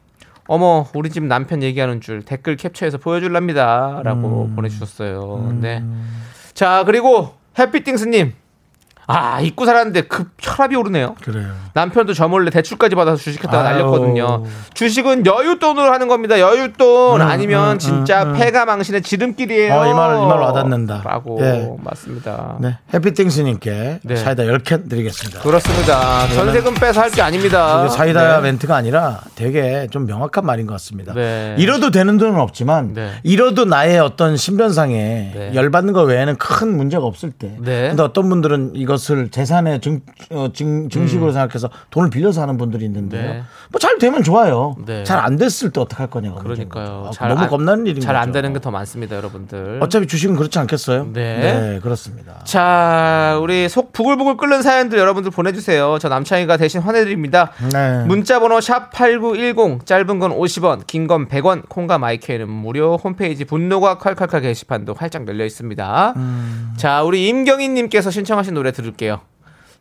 [SPEAKER 2] 어머 우리 집 남편 얘기하는 줄 댓글 캡처해서 보여줄랍니다라고 보내주셨어요. 네. 자 그리고 해피띵스님 아 잊고 살았는데 급 혈압이 오르네요.
[SPEAKER 1] 그래요.
[SPEAKER 2] 남편도 저 몰래 대출까지 받아서 주식했다가
[SPEAKER 1] 아유.
[SPEAKER 2] 날렸거든요. 주식은 여윳돈으로 하는 겁니다.
[SPEAKER 1] 음,
[SPEAKER 2] 여윳돈 아니면 진짜 폐가 망신의 지름길이에요.
[SPEAKER 1] 어, 음, 이 말- 이말 와닿는다.
[SPEAKER 2] 라고
[SPEAKER 1] 예.
[SPEAKER 2] 맞습니다.
[SPEAKER 1] 네. 해피띵스님께
[SPEAKER 2] 네.
[SPEAKER 1] 사이다 10캔 드리겠습니다.
[SPEAKER 2] 그렇습니다. 전세금 빼서 할 게 아닙니다.
[SPEAKER 1] 네, 이게 사이다
[SPEAKER 2] 네.
[SPEAKER 1] 멘트가 아니라 되게 좀 명확한 말인 것 같습니다.
[SPEAKER 2] 네.
[SPEAKER 1] 잃어도 되는 돈은 없지만
[SPEAKER 2] 네.
[SPEAKER 1] 잃어도 나의 어떤 신변상에
[SPEAKER 2] 네.
[SPEAKER 1] 열받는 것 외에는 큰 문제가 없을 때.
[SPEAKER 2] 네.
[SPEAKER 1] 근데 어떤 분들은 이것을 재산의 증, 어, 증, 증식으로 생각해서 돈을 빌려서 하는 분들이 있는데요.
[SPEAKER 2] 음. 네.
[SPEAKER 1] 뭐 잘 되면 좋아요.
[SPEAKER 2] 네.
[SPEAKER 1] 잘 안 됐을 때 어떡할 거냐고.
[SPEAKER 2] 그러니까요.
[SPEAKER 1] 아, 너무
[SPEAKER 2] 안-
[SPEAKER 1] 겁나는 일인
[SPEAKER 2] 잘안
[SPEAKER 1] 거죠.
[SPEAKER 2] 되는 게 더 많습니다, 여러분들.
[SPEAKER 1] 어차피 주식은 그렇지 않겠어요?
[SPEAKER 2] 네.
[SPEAKER 1] 그렇습니다.
[SPEAKER 2] 자, 우리 속 부글부글 끓는 사연들 여러분들 보내주세요. 저 남창희가 대신 환해드립니다.
[SPEAKER 1] 네.
[SPEAKER 2] 문자번호 샵 8910, 짧은 건 50원, 긴 건 100원, 콩과 마이크에는 무료, 홈페이지 분노가 칼칼칼 게시판도 활짝 열려 있습니다. 자, 우리 임경희님께서 신청하신 노래 들을게요.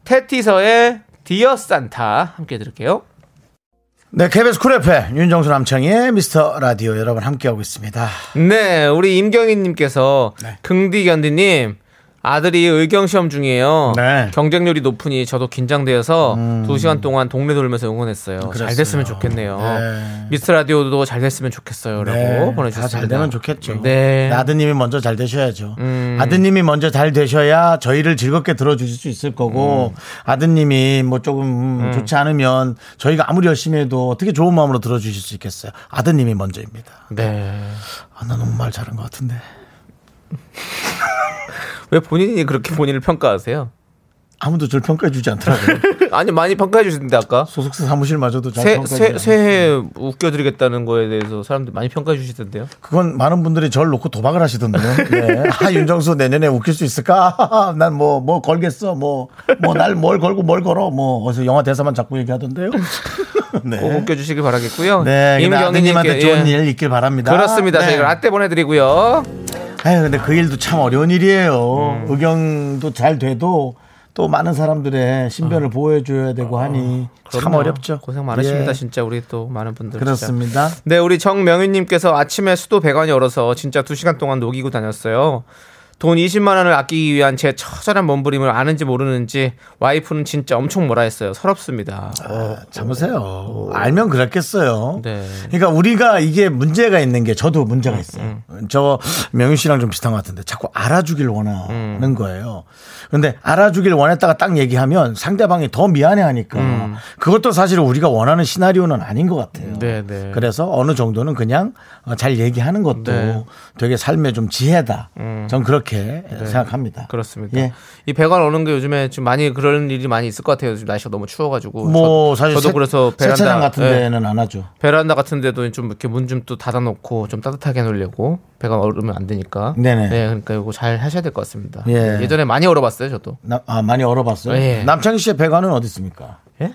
[SPEAKER 2] 테티서의 디어 산타 함께 들을게요.
[SPEAKER 1] 네, KBS 쿨 FM 윤정수 남창희의 미스터 라디오 여러분 함께하고 있습니다.
[SPEAKER 2] 네, 우리 임경희님께서
[SPEAKER 1] 네.
[SPEAKER 2] 긍디 견디님 아들이 의경 시험 중이에요.
[SPEAKER 1] 네. 음.
[SPEAKER 2] 경쟁률이 높으니 저도 긴장되어서 두 시간 동안 동네 돌면서 응원했어요. 잘
[SPEAKER 1] 그랬어요.
[SPEAKER 2] 됐으면 좋겠네요.
[SPEAKER 1] 네.
[SPEAKER 2] 미스터 라디오도 잘 됐으면 좋겠어요라고 보내주셨습니다.
[SPEAKER 1] 다잘 되면 좋겠죠.
[SPEAKER 2] 네. 음.
[SPEAKER 1] 아드님이 먼저 잘 되셔야죠. 아드님이 먼저 잘 되셔야 저희를 즐겁게 들어주실 수 있을
[SPEAKER 2] 음.
[SPEAKER 1] 거고 아드님이 뭐 조금 음, 좋지 않으면 저희가 아무리 열심히 해도 어떻게 좋은 마음으로 들어주실 수 있겠어요. 아드님이 먼저입니다.
[SPEAKER 2] 네.
[SPEAKER 1] 아, 나 너무 말 잘한 것 같은데.
[SPEAKER 2] 왜 본인이 그렇게 본인을 평가하세요?
[SPEAKER 1] 아무도 저를 평가해주지 않더라고요.
[SPEAKER 2] 아니 많이 평가해 주신다 아까.
[SPEAKER 1] 소속사 사무실마저도 잘
[SPEAKER 2] 새, 새,
[SPEAKER 1] 평가해주지 않아요.
[SPEAKER 2] 새해 웃겨드리겠다는 거에 대해서 사람들 많이 평가해 주시던데요.
[SPEAKER 1] 그건 많은 분들이 저를 놓고 도박을 하시던데요. 네. 아, 윤정수 내년에 웃길 수 있을까? 난 뭐, 뭐 걸겠어. 뭐, 뭐, 날 뭘 걸고 뭘 걸어. 뭐, 어디서 영화 대사만 자꾸 얘기하던데요.
[SPEAKER 2] 꼭
[SPEAKER 1] 네.
[SPEAKER 2] 웃겨주시길 바라겠고요.
[SPEAKER 1] 네. 근데
[SPEAKER 2] 임경희님께,
[SPEAKER 1] 아드님한테 좋은
[SPEAKER 2] 예.
[SPEAKER 1] 일 있길 바랍니다.
[SPEAKER 2] 그렇습니다.
[SPEAKER 1] 네.
[SPEAKER 2] 저희가 아- 라떼 보내드리고요.
[SPEAKER 1] 아유, 근데 그 일도 참 어려운 일이에요.
[SPEAKER 2] 음.
[SPEAKER 1] 의경도 잘 돼도 또 많은 사람들의 신변을 보호해줘야 되고 하니 참
[SPEAKER 2] 음. 아, 그럼요.
[SPEAKER 1] 어렵죠.
[SPEAKER 2] 고생 많으십니다.
[SPEAKER 1] 예.
[SPEAKER 2] 진짜 우리 또 많은 분들. 진짜.
[SPEAKER 1] 그렇습니다.
[SPEAKER 2] 네, 우리 정명윤님께서 아침에 수도 배관이 얼어서 진짜 두 시간 동안 녹이고 다녔어요. 돈 20만 원을 아끼기 위한 제 처절한 몸부림을 아는지 모르는지 와이프는 진짜 엄청 뭐라 했어요. 서럽습니다.
[SPEAKER 1] 아, 참으세요. 알면 그랬겠어요.
[SPEAKER 2] 네.
[SPEAKER 1] 그러니까 우리가 이게 문제가 있는 게 저도
[SPEAKER 2] 음,
[SPEAKER 1] 문제가 있어요. 저 명윤 씨랑 좀 비슷한 것 같은데 자꾸 알아주길 원하는
[SPEAKER 2] 음.
[SPEAKER 1] 거예요. 그런데 알아주길 원했다가 딱 얘기하면 상대방이 더 미안해하니까 그것도 사실 우리가 원하는 시나리오는 아닌 것 같아요.
[SPEAKER 2] 음. 네, 네.
[SPEAKER 1] 그래서 어느 정도는 그냥 어, 잘 얘기하는 것도
[SPEAKER 2] 네. 음.
[SPEAKER 1] 되게 삶의 좀 지혜다. 전 그렇게 생각합니다.
[SPEAKER 2] 그렇습니다.
[SPEAKER 1] 예.
[SPEAKER 2] 이 배관 오는 게 요즘에 좀 많이 그런 일이 많이 있을 것 같아요. 요즘 날씨가 너무 추워가지고.
[SPEAKER 1] 뭐
[SPEAKER 2] 저-
[SPEAKER 1] 사실
[SPEAKER 2] 저도
[SPEAKER 1] 세-
[SPEAKER 2] 그래서 베란다
[SPEAKER 1] 세차장 같은
[SPEAKER 2] 예.
[SPEAKER 1] 데는 안 하죠.
[SPEAKER 2] 베란다 같은 데도 좀 이렇게 문 좀 또 닫아놓고 좀 따뜻하게 해놓으려고 배가 얼으면 안 되니까.
[SPEAKER 1] 네네.
[SPEAKER 2] 네, 그러니까 이거 잘 하셔야 될 것 같습니다.
[SPEAKER 1] 예.
[SPEAKER 2] 예. 전에 많이 얼어봤어요, 저도.
[SPEAKER 1] 나- 아, 많이 얼어봤어요.
[SPEAKER 2] 예.
[SPEAKER 1] 남창희 씨의 배관은 어디 있습니까?
[SPEAKER 2] 예?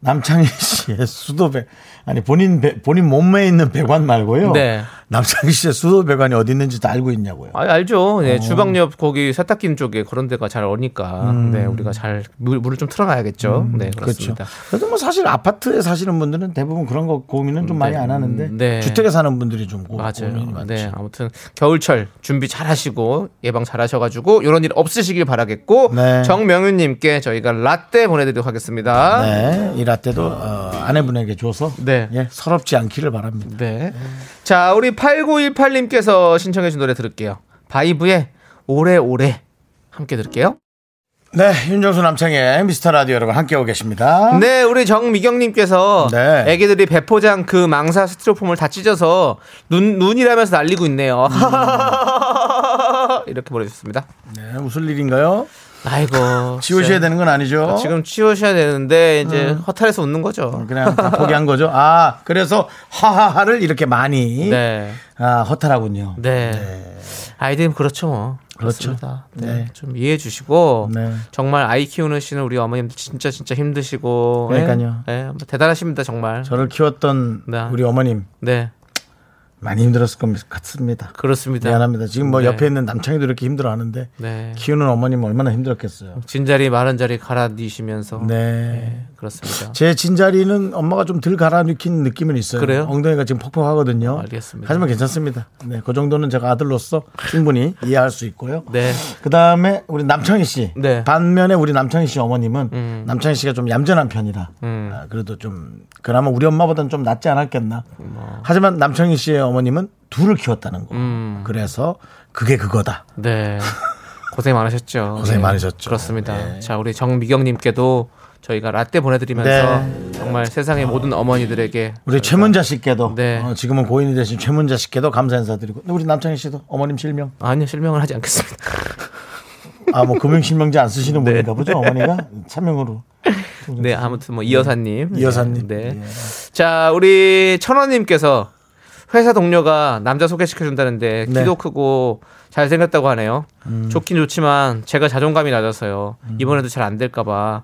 [SPEAKER 1] 남창희 씨의 수도배 아니 본인 배- 본인 몸매에 있는 배관 말고요.
[SPEAKER 2] 네.
[SPEAKER 1] 남창희 씨의 수도배관이 어디 있는지 다 알고 있냐고요.
[SPEAKER 2] 아, 알죠.
[SPEAKER 1] 어.
[SPEAKER 2] 예, 주방 옆 거기 세탁기 쪽에 그런 데가 잘 얼니까. 네, 우리가 잘 물, 물을 좀 틀어놔야겠죠. 네, 그렇습니다.
[SPEAKER 1] 음. 그래도 뭐 사실 아파트에 사시는 분들은 대부분 그런 거 고민은 좀 많이 안 하는데
[SPEAKER 2] 네.
[SPEAKER 1] 주택에 사는 분들이 좀 고, 민이
[SPEAKER 2] 맞아요.
[SPEAKER 1] 많죠.
[SPEAKER 2] 네, 아무튼 겨울철 준비 잘 하시고 예방 잘 하셔가지고 이런 일 없으시길 바라겠고
[SPEAKER 1] 네.
[SPEAKER 2] 정명윤님께 저희가 라떼 보내드리도록 하겠습니다.
[SPEAKER 1] 네, 이 라떼도 어, 아내분에게 줘서
[SPEAKER 2] 네.
[SPEAKER 1] 예, 서럽지 않기를 바랍니다.
[SPEAKER 2] 네. 자, 우리 8918님께서 신청해준 노래 들을게요. 바이브의 오래오래 함께 들을게요.
[SPEAKER 1] 네, 윤정수 남창의 미스터 라디오 여러분 함께하고 계십니다.
[SPEAKER 2] 네, 우리 정미경님께서
[SPEAKER 1] 네.
[SPEAKER 2] 애기들이 배포장 그 망사 스티로폼을 다 찢어서 눈, 눈이라면서 날리고 있네요. 이렇게 보내주셨습니다.
[SPEAKER 1] 네, 웃을 일인가요?
[SPEAKER 2] 아이고.
[SPEAKER 1] 지우셔야
[SPEAKER 2] 진짜. 음.
[SPEAKER 1] 되는 건 아니죠?
[SPEAKER 2] 그렇죠. 지금 치우셔야 되는데 이제 허탈해서 웃는 거죠.
[SPEAKER 1] 어, 그냥 다 포기한 거죠. 아, 그래서 하하하를 이렇게 많이
[SPEAKER 2] 네.
[SPEAKER 1] 아, 허탈하군요.
[SPEAKER 2] 네. 아이들은 그렇죠 뭐.
[SPEAKER 1] 그렇죠.
[SPEAKER 2] 그렇습니다.
[SPEAKER 1] 네.
[SPEAKER 2] 네. 좀 이해해 주시고
[SPEAKER 1] 네.
[SPEAKER 2] 정말 아이 키우는 씨는 우리 어머님들 진짜 진짜 힘드시고
[SPEAKER 1] 그러니까요.
[SPEAKER 2] 예, 예, 뭐 대단하십니다 정말.
[SPEAKER 1] 저를 키웠던
[SPEAKER 2] 네.
[SPEAKER 1] 우리 어머님
[SPEAKER 2] 네.
[SPEAKER 1] 많이 힘들었을 겁니다. 같습니다.
[SPEAKER 2] 그렇습니다.
[SPEAKER 1] 미안합니다. 지금 뭐
[SPEAKER 2] 네.
[SPEAKER 1] 옆에 있는 남창이도 이렇게 힘들어하는데
[SPEAKER 2] 네. 음.
[SPEAKER 1] 키우는 어머님 얼마나 힘들었겠어요.
[SPEAKER 2] 진자리 마른 자리 갈아뉘시면서
[SPEAKER 1] 네.
[SPEAKER 2] 그렇습니다.
[SPEAKER 1] 제 진자리는 엄마가 좀 덜 갈아넣힌 느낌은 있어요.
[SPEAKER 2] 그래요?
[SPEAKER 1] 엉덩이가 지금 퍽퍽하거든요.
[SPEAKER 2] 알겠습니다.
[SPEAKER 1] 하지만 괜찮습니다. 네, 그 정도는 제가 아들로서 충분히 이해할 수 있고요.
[SPEAKER 2] 네.
[SPEAKER 1] 그 다음에 우리 남창희 씨.
[SPEAKER 2] 네. 음.
[SPEAKER 1] 반면에 우리 남창희 씨 어머님은 남창희 씨가 좀 얌전한 편이라. 아, 그래도 좀 그나마 우리 엄마보다는 좀 낫지 않았겠나.
[SPEAKER 2] 뭐.
[SPEAKER 1] 하지만 남창희 씨의 어머님은 둘을 키웠다는 거.
[SPEAKER 2] 음.
[SPEAKER 1] 그래서 그게 그거다.
[SPEAKER 2] 네. 고생 많으셨죠.
[SPEAKER 1] 고생
[SPEAKER 2] 네.
[SPEAKER 1] 많으셨죠. 네.
[SPEAKER 2] 그렇습니다. 자, 우리 정미경님께도 저희가 라떼 보내드리면서
[SPEAKER 1] 네.
[SPEAKER 2] 정말 세상의 모든 어머니들에게
[SPEAKER 1] 우리 최문자 씨께도
[SPEAKER 2] 네.
[SPEAKER 1] 어, 지금은 고인이 되신 최문자 씨께도 감사 인사드리고 근데 우리 남창희 씨도 어머님 실명
[SPEAKER 2] 아니요 실명을 하지 않겠습니다.
[SPEAKER 1] 아 뭐 금융 실명제 안 쓰시는 분인가 보죠 어머니가 차명으로
[SPEAKER 2] 네, 아무튼 뭐 이여사님,
[SPEAKER 1] 이여사님.
[SPEAKER 2] 네. 자, 우리 천원님께서 회사 동료가 남자 소개시켜 준다는데
[SPEAKER 1] 네. 음.
[SPEAKER 2] 키도 크고 잘 생겼다고 하네요. 좋긴 좋지만 제가 자존감이 낮아서요. 이번에도 잘 안 될까봐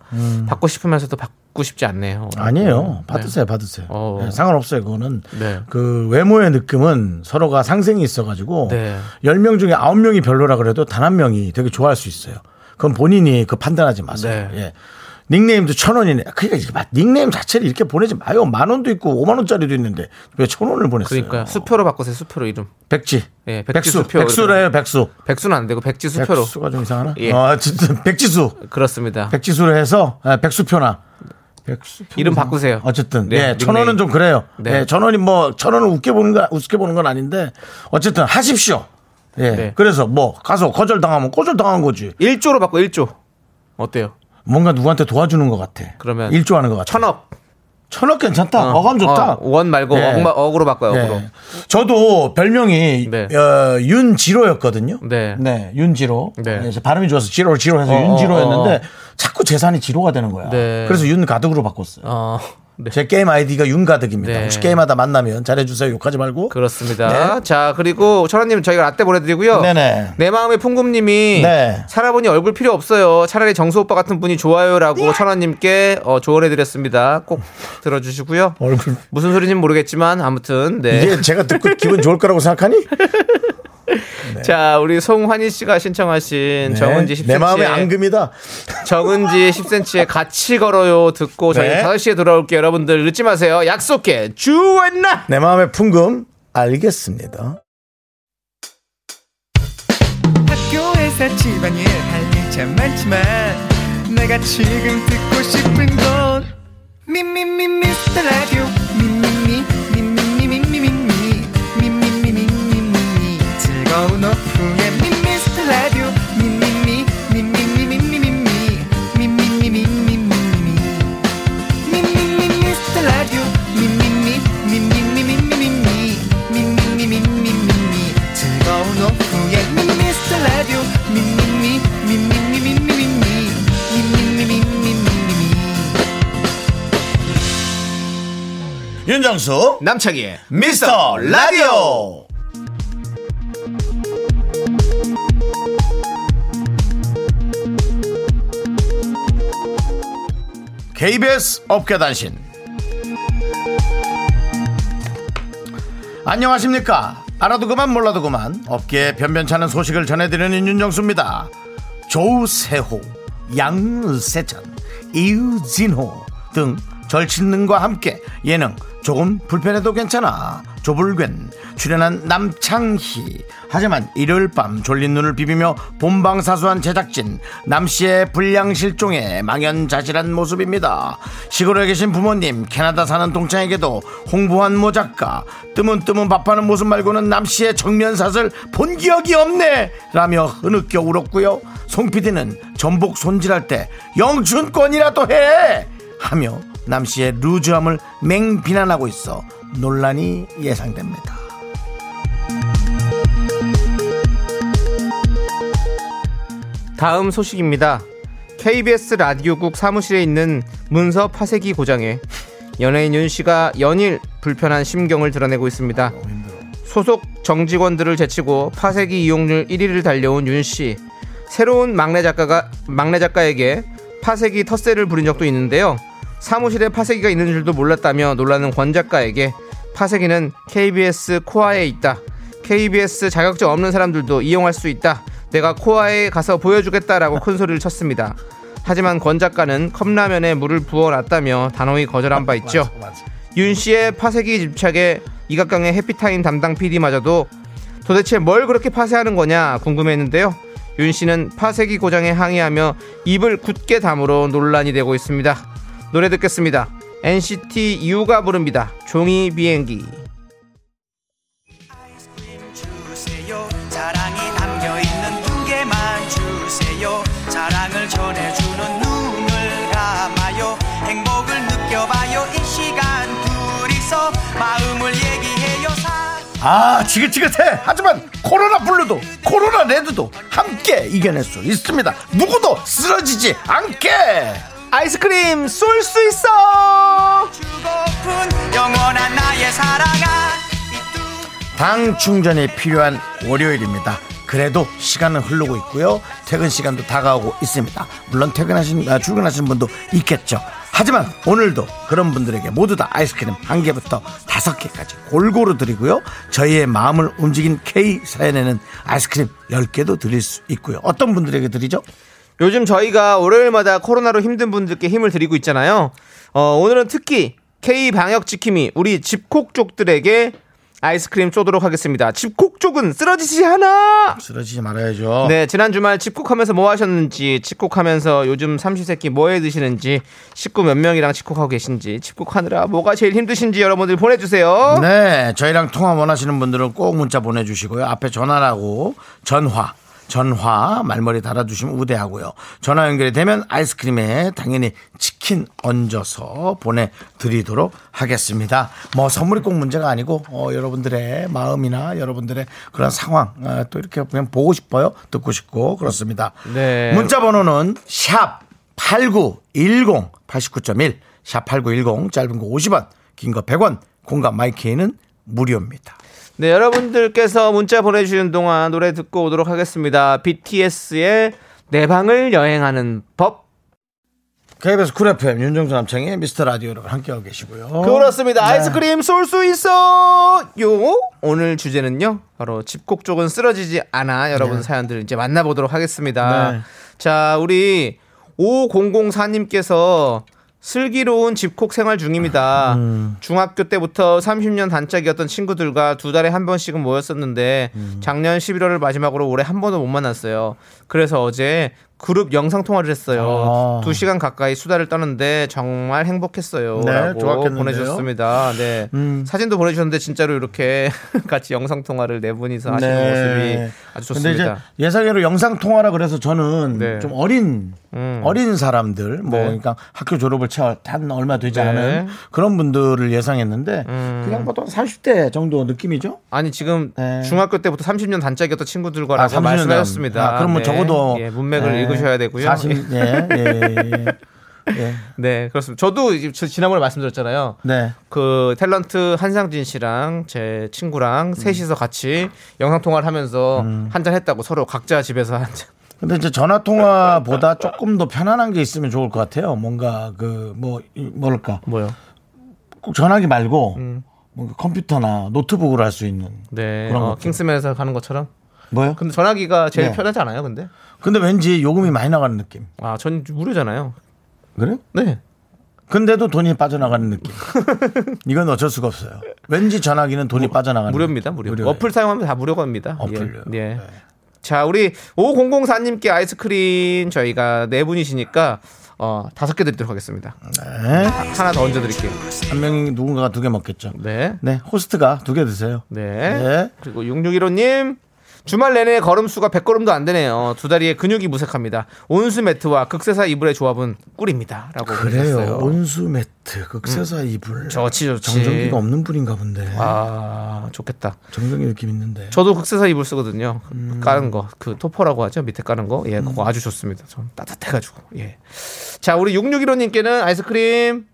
[SPEAKER 2] 받고 싶으면서도 받고 싶지 어, 않네요.
[SPEAKER 1] 음. 아니에요 받으세요 받으세요
[SPEAKER 2] 어.
[SPEAKER 1] 네, 상관없어요 그거는
[SPEAKER 2] 네.
[SPEAKER 1] 그 외모의 느낌은 서로가 상생이 있어가지고
[SPEAKER 2] 네.
[SPEAKER 1] 열 명 중에 아홉 명이 별로라 그래도 단 한 명이 되게 좋아할 수 있어요 그건 본인이 그 판단하지 마세요
[SPEAKER 2] 네.
[SPEAKER 1] 예. 닉네임도 천 원이네. 그러니까 이게 막 닉네임 자체를 이렇게 보내지 마요. 만 원도 있고 오만 원짜리도 있는데 왜 천 원을 보냈어요?
[SPEAKER 2] 그러니까 수표로 바꾸세요. 수표로 이름.
[SPEAKER 1] 백지.
[SPEAKER 2] 예, 백지
[SPEAKER 1] 백수.
[SPEAKER 2] 수표.
[SPEAKER 1] 백수래요, 백수.
[SPEAKER 2] 백수는 안 되고 백지 수표로.
[SPEAKER 1] 백수가 좀 이상하나?
[SPEAKER 2] 예.
[SPEAKER 1] 아, 진짜 백지수.
[SPEAKER 2] 그렇습니다.
[SPEAKER 1] 백지수로 해서 아, 백수표나. 백수
[SPEAKER 2] 이름 바꾸세요.
[SPEAKER 1] 어쨌든
[SPEAKER 2] 네,
[SPEAKER 1] 예, 천
[SPEAKER 2] 닉네임.
[SPEAKER 1] 원은 좀 그래요.
[SPEAKER 2] 네.
[SPEAKER 1] 예, 천 원이 뭐 천 원을 웃게 보는 건 우습게 보는 건 아닌데 어쨌든 하십시오. 예.
[SPEAKER 2] 네.
[SPEAKER 1] 그래서 뭐 가서 거절 당하면 거절 당한 거지.
[SPEAKER 2] 1조로 바꿔 1조. 어때요?
[SPEAKER 1] 뭔가 누구한테 도와주는 것 같아.
[SPEAKER 2] 그러면
[SPEAKER 1] 일조하는 것 같아.
[SPEAKER 2] 천억.
[SPEAKER 1] 천억 괜찮다. 어, 감 좋다.
[SPEAKER 2] 어, 원 말고
[SPEAKER 1] 예.
[SPEAKER 2] 억마, 억으로 바꿔요.
[SPEAKER 1] 네.
[SPEAKER 2] 억으로.
[SPEAKER 1] 저도 별명이
[SPEAKER 2] 네.
[SPEAKER 1] 어, 윤지로였거든요.
[SPEAKER 2] 네.
[SPEAKER 1] 윤지로.
[SPEAKER 2] 네.
[SPEAKER 1] 네, 이제 발음이 좋아서 지로 지로해서
[SPEAKER 2] 어,
[SPEAKER 1] 윤지로였는데
[SPEAKER 2] 어, 어.
[SPEAKER 1] 자꾸 재산이 지로가 되는 거야.
[SPEAKER 2] 네.
[SPEAKER 1] 그래서 윤가득으로 바꿨어요.
[SPEAKER 2] 어, 네.
[SPEAKER 1] 제 게임 아이디가 윤가득입니다.
[SPEAKER 2] 네.
[SPEAKER 1] 혹시 게임하다 만나면 잘해주세요. 욕하지 말고.
[SPEAKER 2] 그렇습니다. 자, 그리고 천원님 저희가 라떼 보내드리고요.
[SPEAKER 1] 네. 네네.
[SPEAKER 2] 내 마음의 풍금님이
[SPEAKER 1] 네.
[SPEAKER 2] 살아보니 얼굴 필요 없어요. 차라리 정수 오빠 같은 분이
[SPEAKER 1] 네.
[SPEAKER 2] 좋아요라고 천원님께 어, 조언해드렸습니다. 꼭 들어주시고요.
[SPEAKER 1] 얼굴.
[SPEAKER 2] 무슨 소리인지 모르겠지만 아무튼 네.
[SPEAKER 1] 이게 제가 듣고 기분 좋을 거라고 생각하니?
[SPEAKER 2] 자, 우리 송환희 씨가 신청하신 정은지 10cm.
[SPEAKER 1] 네. 내 마음의 앙금이다.
[SPEAKER 2] 정은지 10cm의 같이 걸어요 듣고 저희
[SPEAKER 1] 네.
[SPEAKER 2] 5시에 돌아올게요. 여러분들 늦지 마세요. 약속해. 주원나.
[SPEAKER 1] 내 마음의 풍금 알겠습니다.
[SPEAKER 5] 학교에서 집안일 할 일 참 많지만 내가 지금 듣고 싶은 건 미미미 미스터 라디오 미미미 미미미 미미미 미미미 미미미 즐거운 오후에 미스터 라디오 미미미 미미미 미미미 미미미 미미미
[SPEAKER 1] 윤정수
[SPEAKER 2] 남창희의
[SPEAKER 1] 미스터 라디오. KBS 업계단신 안녕하십니까 알아도 그만 몰라도 그만 업계에 변변찮은 소식을 전해드리는 윤정수입니다 조세호, 양세찬, 이우진호 등 절친능과 함께 예능 조금 불편해도 괜찮아 조불견 출연한 남창희 하지만 일요일 밤 졸린 눈을 비비며 본방사수한 제작진 남씨의 불량 실종에 망연자실한 모습입니다 시골에 계신 부모님 캐나다 사는 동창에게도 홍보한 모 작가 뜨문뜨문 밥하는 모습 말고는 남씨의 정면사슬 본 기억이 없네 라며 흐느껴 울었고요 송 PD는 전복 손질할 때 영춘권이라도 해 하며 남씨의 루즈함을 맹비난하고 있어 논란이 예상됩니다
[SPEAKER 2] 다음 소식입니다. KBS 라디오국 사무실에 있는 문서 파쇄기 고장에 연예인 윤 씨가 연일 불편한 심경을 드러내고 있습니다. 소속 정직원들을 제치고 파쇄기 이용률 1위를 달려온 윤 씨. 새로운 막내 작가가 막내 작가에게 파쇄기 텃세를 부린 적도 있는데요. 사무실에 파쇄기가 있는 줄도 몰랐다며 놀라는 권 작가에게 파세기는 KBS 코아에 있다. KBS 자격증 없는 사람들도 이용할 수 있다. 내가 코아에 가서 보여주겠다라고 큰 소리를 쳤습니다. 하지만 권 작가는 컵라면에 물을 부어놨다며 단호히 거절한 바 있죠. 윤 씨의 파세기 집착에 이각강의 해피타임 담당 PD마저도 도대체 뭘 그렇게 파쇄하는 거냐 궁금했는데요. 윤 씨는 파쇄기 고장에 항의하며 입을 굳게 다물어 논란이 되고 있습니다. 노래 듣겠습니다. NCT U가 부릅니다. 종이 비행기.
[SPEAKER 6] 주세요 사랑이 담겨있는 두 개만 주세요 사랑을 전해주는 눈을 감아요 행복을 느껴봐요 이 시간 둘이서 마음을 얘기해요 사
[SPEAKER 1] 아 지긋지긋해 하지만 코로나 블루도 코로나 레드도 함께 이겨낼 수 있습니다 누구도 쓰러지지 않게
[SPEAKER 2] 아이스크림 쏠 수 있어.
[SPEAKER 6] 주고픈 영원한 나의 사랑아
[SPEAKER 1] 당 충전이 필요한 월요일입니다 그래도 시간은 흐르고 있고요 퇴근 시간도 다가오고 있습니다 물론 퇴근하신 아, 출근하시는 분도 있겠죠 하지만 오늘도 그런 분들에게 모두 다 아이스크림 한 개부터 다섯 개까지 골고루 드리고요 저희의 마음을 움직인 K 사연에는 아이스크림 열개도 드릴 수 있고요 어떤 분들에게 드리죠?
[SPEAKER 2] 요즘 저희가 월요일마다 코로나로 힘든 분들께 힘을 드리고 있잖아요. 어, 오늘은 특히 K 방역 지킴이 우리 집콕족들에게 아이스크림 쏘도록 하겠습니다. 집콕족은 쓰러지지 않아.
[SPEAKER 1] 쓰러지지 말아야죠
[SPEAKER 2] 네, 지난 주말 집콕하면서 뭐 하셨는지, 집콕하면서 요즘 삼시세끼 뭐 해 드시는지, 식구 몇 명이랑 집콕하고 계신지, 집콕하느라 뭐가 제일 힘드신지 여러분들 보내주세요.
[SPEAKER 1] 네, 저희랑 통화 원하시는 분들은 꼭 문자 보내주시고요. 앞에 전화라고 전화. 전화 말머리 달아주시면 우대하고요. 전화 연결이 되면 아이스크림에 당연히 치킨 얹어서 보내드리도록 하겠습니다. 뭐 선물이 꼭 문제가 아니고 어, 여러분들의 마음이나 여러분들의 그런 상황 아, 또 이렇게 그냥 보고 싶어요, 듣고 싶고 그렇습니다.
[SPEAKER 2] 네.
[SPEAKER 1] 문자 번호는 샵 8910 89.1 샵 8910 짧은 거 50원 긴 거 100원 공감 마이케이는 무료입니다.
[SPEAKER 2] 네, 여러분들께서 문자 보내주시는 동안 노래 듣고 오도록 하겠습니다. BTS의 내 방을 여행하는 법.
[SPEAKER 1] KBS 쿨 FM 윤정수 남창의 미스터 라디오 여러분 함께하고 계시고요.
[SPEAKER 2] 그렇습니다.
[SPEAKER 1] 네.
[SPEAKER 2] 아이스크림 쏠 수 있어요. 오늘 주제는요. 바로 집콕 쪽은 쓰러지지 않아. 여러분 사연들을 이제 만나보도록 하겠습니다.
[SPEAKER 1] 네.
[SPEAKER 2] 자, 우리 5004님께서 슬기로운 집콕 생활 중입니다.
[SPEAKER 1] 음.
[SPEAKER 2] 중학교 때부터 30년 단짝이었던 친구들과 두 달에 한 번씩은 모였었는데
[SPEAKER 1] 음.
[SPEAKER 2] 작년 11월을 마지막으로 올해 한 번도 못 만났어요. 그래서 어제 그룹 영상 통화를 했어요.
[SPEAKER 1] 아.
[SPEAKER 2] 두 시간 가까이 수다를 떠는데 정말 행복했어요.
[SPEAKER 1] 네,
[SPEAKER 2] 라고
[SPEAKER 1] 좋았겠는데요. 음.
[SPEAKER 2] 보내주셨습니다. 네. 사진도 보내주셨는데 진짜로 이렇게 같이 영상 통화를 네 분이서 하시는 모습이 아주
[SPEAKER 1] 근데 이제
[SPEAKER 2] 좋습니다.
[SPEAKER 1] 예상외로 영상 통화라 그래서 저는
[SPEAKER 2] 네.
[SPEAKER 1] 좀 어린 어린 사람들 뭐
[SPEAKER 2] 네.
[SPEAKER 1] 그러니까 학교 졸업을 채한 얼마 되지
[SPEAKER 2] 네.
[SPEAKER 1] 않은 그런 분들을 예상했는데 뭐 그냥 보통 30대 정도 느낌이죠.
[SPEAKER 2] 아니 지금
[SPEAKER 1] 네.
[SPEAKER 2] 중학교 때부터 30년 단짝이었던 친구들과라고
[SPEAKER 1] 30년
[SPEAKER 2] 말씀하셨습니다.
[SPEAKER 1] 남. 아, 그럼 뭐
[SPEAKER 2] 네.
[SPEAKER 1] 적어도
[SPEAKER 2] 예, 문맥을
[SPEAKER 1] 예,
[SPEAKER 2] 읽으셔야 되고요.
[SPEAKER 1] 40, 예, 예, 예, 예. 예.
[SPEAKER 2] 네, 그렇습니다. 저도 이제 저 지난번에 말씀드렸잖아요.
[SPEAKER 1] 네.
[SPEAKER 2] 그 탤런트 한상진 씨랑 제 친구랑
[SPEAKER 1] 음.
[SPEAKER 2] 셋이서 같이 영상 통화를 하면서 한잔 했다고 서로 각자 집에서 한 잔.
[SPEAKER 1] 근데 이제 전화 통화보다 조금 더 편안한 게 있으면 좋을 것 같아요. 뭔가 그 뭐 뭐랄까
[SPEAKER 2] 뭐요?
[SPEAKER 1] 꼭 전화기 말고
[SPEAKER 2] 음.
[SPEAKER 1] 뭔가 컴퓨터나 노트북으로 할 수 있는
[SPEAKER 2] 네,
[SPEAKER 1] 그런
[SPEAKER 2] 어,
[SPEAKER 1] 것 같아요.
[SPEAKER 2] 킹스맨에서 가는 것처럼.
[SPEAKER 1] 뭐요?
[SPEAKER 2] 근데 전화기가 제일
[SPEAKER 1] 네.
[SPEAKER 2] 편하지 않아요, 근데?
[SPEAKER 1] 근데 왠지 요금이 많이 나가는 느낌.
[SPEAKER 2] 아, 전 무료잖아요.
[SPEAKER 1] 그래?
[SPEAKER 2] 네.
[SPEAKER 1] 근데도 돈이 빠져나가는 느낌. 이건 어쩔 수가 없어요. 왠지 전화기는 돈이 빠져나가는.
[SPEAKER 2] 무료입니다, 무료.
[SPEAKER 1] 무료예요.
[SPEAKER 2] 어플 사용하면 다 무료입니다.
[SPEAKER 1] 어플로요? 네.
[SPEAKER 2] 예. 예. 자, 우리 5004님께 아이스크림 저희가 네 분이시니까 어, 다섯 개 드리도록 하겠습니다.
[SPEAKER 1] 네.
[SPEAKER 2] 하나 더 얹어드릴게요.
[SPEAKER 1] 한 명이 누군가가 두 개 먹겠죠.
[SPEAKER 2] 네.
[SPEAKER 1] 네, 호스트가 두 개 드세요.
[SPEAKER 2] 네.
[SPEAKER 1] 네.
[SPEAKER 2] 그리고 6615님. 주말 내내 걸음수가 100걸음도 안 되네요. 두 다리에 근육이 무색합니다. 온수 매트와 극세사 이불의 조합은 꿀입니다. 라고
[SPEAKER 1] 그래요.
[SPEAKER 2] 보내셨어요.
[SPEAKER 1] 온수 매트, 극세사 이불.
[SPEAKER 2] 좋지, 좋지.
[SPEAKER 1] 정전기가 없는 분인가 본데.
[SPEAKER 2] 아, 좋겠다.
[SPEAKER 1] 정전기 느낌 있는데.
[SPEAKER 2] 저도 극세사 이불 쓰거든요. 까는 거. 그 토퍼라고 하죠. 밑에 까는 거. 예, 그거 아주 좋습니다. 좀 따뜻해가지고. 예. 자, 우리 6615님께는 아이스크림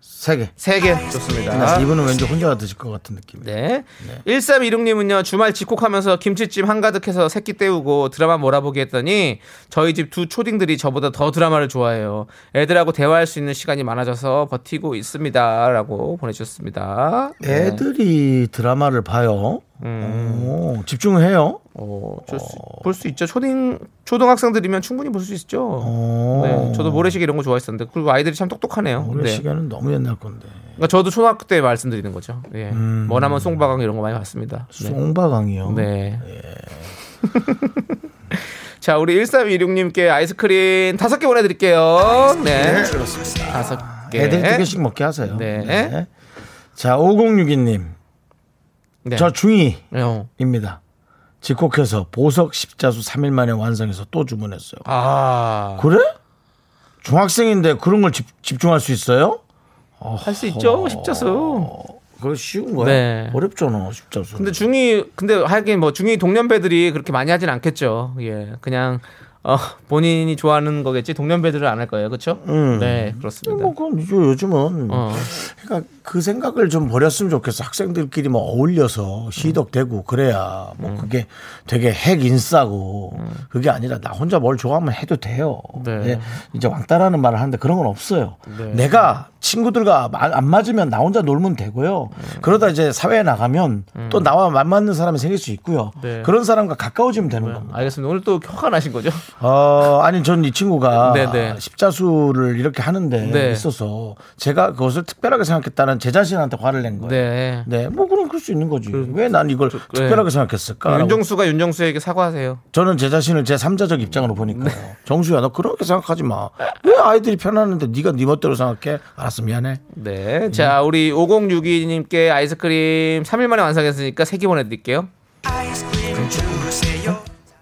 [SPEAKER 1] 세 개.
[SPEAKER 2] 세 개 좋습니다.
[SPEAKER 1] 아, 이분은 왠지 혼자 드실 것 같은 느낌.
[SPEAKER 2] 네. 1316님은요, 주말 집콕하면서 김치찜 한가득해서 새끼 때우고 드라마 몰아보기 했더니 저희 집 두 초딩들이 저보다 더 드라마를 좋아해요. 애들하고 대화할 수 있는 시간이 많아져서 버티고 있습니다. 라고 보내주셨습니다. 네.
[SPEAKER 1] 애들이 드라마를 봐요.
[SPEAKER 2] 음.
[SPEAKER 1] 오, 집중해요.
[SPEAKER 2] 어, 볼 수 있죠. 초딩, 초등학생들이면 충분히 볼 수 있죠.
[SPEAKER 1] 오,
[SPEAKER 2] 네. 저도 모래시계 이런 거 좋아했었는데. 그리고 아이들이 참 똑똑하네요.
[SPEAKER 1] 우리
[SPEAKER 2] 네.
[SPEAKER 1] 시간은 너무 옛날 건데.
[SPEAKER 2] 그러니까 저도 초등학교 때 말씀드리는 거죠. 예. 머나먼 송바강 이런 거 많이 봤습니다.
[SPEAKER 1] 음.
[SPEAKER 2] 네.
[SPEAKER 1] 송바강이요.
[SPEAKER 2] 네.
[SPEAKER 1] 예.
[SPEAKER 2] 자, 우리 1326님께 아이스크림 다섯 개 보내드릴게요. 네.
[SPEAKER 1] 그렇습니다.
[SPEAKER 2] 다섯 개.
[SPEAKER 1] 애들 두 개씩 먹게 하세요.
[SPEAKER 2] 네.
[SPEAKER 1] 자, 5062님.
[SPEAKER 2] 네.
[SPEAKER 1] 저 중2입니다.
[SPEAKER 2] 어.
[SPEAKER 1] 집콕해서 보석 십자수 3일 만에 완성해서 또 주문했어요.
[SPEAKER 2] 아.
[SPEAKER 1] 그래? 중학생인데 그런 걸 집, 집중할 수 있어요?
[SPEAKER 2] 할 수 있죠? 십자수.
[SPEAKER 1] 그거 쉬운 거야.
[SPEAKER 2] 네.
[SPEAKER 1] 어렵잖아, 십자수.
[SPEAKER 2] 근데 중2, 근데 하긴 뭐 중2 동년배들이 그렇게 많이 하진 않겠죠. 예. 그냥, 어, 본인이 좋아하는 거겠지. 동년배들은 안 할 거예요. 그쵸? 네. 그렇습니다.
[SPEAKER 1] 뭐 그건 요- 요즘은
[SPEAKER 2] 어.
[SPEAKER 1] 그러니까 그 생각을 좀 버렸으면 좋겠어. 학생들끼리 뭐 어울려서 시덕대고 그래야 뭐
[SPEAKER 2] 음.
[SPEAKER 1] 그게 되게 핵 인싸고 그게 아니라 나 혼자 뭘 좋아하면 해도 돼요.
[SPEAKER 2] 네.
[SPEAKER 1] 예, 이제 왕따라는 말을 하는데 그런 건 없어요. 내가 친구들과 마- 안 맞으면 나 혼자 놀면 되고요.
[SPEAKER 2] 음.
[SPEAKER 1] 그러다 이제 사회에 나가면 또 나와 안 맞는 사람이 생길 수 있고요.
[SPEAKER 2] 네.
[SPEAKER 1] 그런 사람과 가까워지면 되는 겁니다.
[SPEAKER 2] 알겠습니다. 오늘 또 화가 나신 거죠?
[SPEAKER 1] 어, 아니, 전 이 친구가
[SPEAKER 2] 네네.
[SPEAKER 1] 십자수를 이렇게 하는데
[SPEAKER 2] 네.
[SPEAKER 1] 있어서 제가 그것을 특별하게 생각했다는 제 자신한테 화를 낸 거예요. 네.
[SPEAKER 2] 네. 그,
[SPEAKER 1] 뭐 그럼 그럴 수 있는 거지. 왜 난 이걸 특별하게 생각했을까?
[SPEAKER 2] 윤정수가 윤정수에게 사과하세요.
[SPEAKER 1] 저는 제 자신을 제 3자적 입장으로 보니까요.
[SPEAKER 2] 네.
[SPEAKER 1] 정수야, 너 그렇게 생각하지 마. 왜 아이들이 편하는데 네가 네 멋대로 생각해? 알았어, 미안해.
[SPEAKER 2] 네. 자, 우리 5062님께 아이스크림 3일 만에 완성했으니까 3개 보내드릴게요.
[SPEAKER 6] 아이스크림 주세요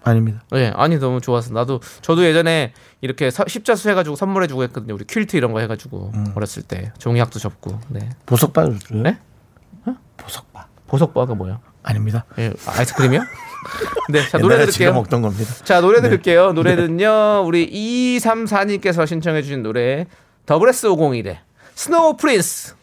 [SPEAKER 1] 아닙니다.
[SPEAKER 2] 예, 아니, 너무 좋아서. 나도, 저도 예전에 이렇게 서- 십자수 해가지고 선물해주고 했거든요. 우리 퀼트 이런 거 해가지고. 어렸을 때. 종이학도 접고. 네.
[SPEAKER 1] 보석바 주세요. 어?
[SPEAKER 2] 네?
[SPEAKER 1] 보석바.
[SPEAKER 2] 보석바가 뭐야?
[SPEAKER 1] 아닙니다.
[SPEAKER 2] 예, 아이스크림이요? 네, 자, 노래
[SPEAKER 1] 옛날에 지겨
[SPEAKER 2] 들을게요.
[SPEAKER 1] 먹던 네. 겁니다.
[SPEAKER 2] 자, 노래 들을게요. 노래는요, 우리 234님께서 신청해주신 노래. 더블 S 501의 스노우 프린스.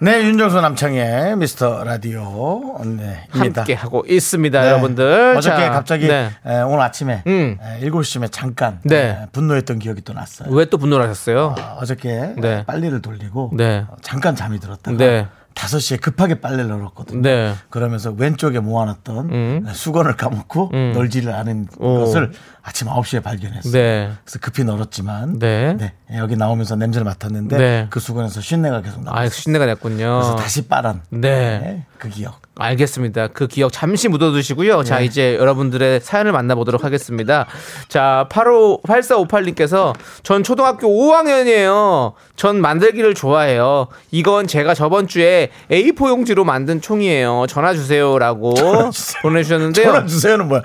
[SPEAKER 1] 네, 윤정수 남창의 미스터 라디오. 네, 입니다.
[SPEAKER 2] 함께 하고 있습니다,
[SPEAKER 1] 네.
[SPEAKER 2] 여러분들.
[SPEAKER 1] 어저께
[SPEAKER 2] 자,
[SPEAKER 1] 갑자기
[SPEAKER 2] 네.
[SPEAKER 1] 에, 오늘 아침에
[SPEAKER 2] 음.
[SPEAKER 1] 에, 7시쯤에 잠깐
[SPEAKER 2] 네.
[SPEAKER 1] 에, 분노했던 기억이 또 났어요.
[SPEAKER 2] 왜 또 분노를 하셨어요?
[SPEAKER 1] 아, 어저께
[SPEAKER 2] 네.
[SPEAKER 1] 빨래를 돌리고
[SPEAKER 2] 네.
[SPEAKER 1] 어, 잠깐 잠이 들었다가
[SPEAKER 2] 네.
[SPEAKER 1] 5시에 급하게 빨래를 널었거든요.
[SPEAKER 2] 네.
[SPEAKER 1] 그러면서 왼쪽에 모아놨던
[SPEAKER 2] 음.
[SPEAKER 1] 수건을 까먹고 널지를 않은
[SPEAKER 2] 오.
[SPEAKER 1] 것을 아침 9시에 발견했어요.
[SPEAKER 2] 네.
[SPEAKER 1] 그래서 급히 널었지만
[SPEAKER 2] 네.
[SPEAKER 1] 네, 여기 나오면서 냄새를 맡았는데
[SPEAKER 2] 네.
[SPEAKER 1] 그 수건에서 쉰내가 계속
[SPEAKER 2] 아,
[SPEAKER 1] 나왔어요.
[SPEAKER 2] 신내가 났군요.
[SPEAKER 1] 그래서 다시 빨은
[SPEAKER 2] 네.
[SPEAKER 1] 네, 그 기억.
[SPEAKER 2] 알겠습니다. 그 기억 잠시 묻어두시고요. 자, 이제 여러분들의 사연을 만나보도록 하겠습니다. 자, 85, 8458님께서 전 초등학교 5학년이에요. 전 만들기를 좋아해요. 이건 제가 저번 주에 A4 용지로 만든 총이에요. 전화 주세요라고 보내주셨는데요. 어.
[SPEAKER 1] 전화 주세요는 뭐야?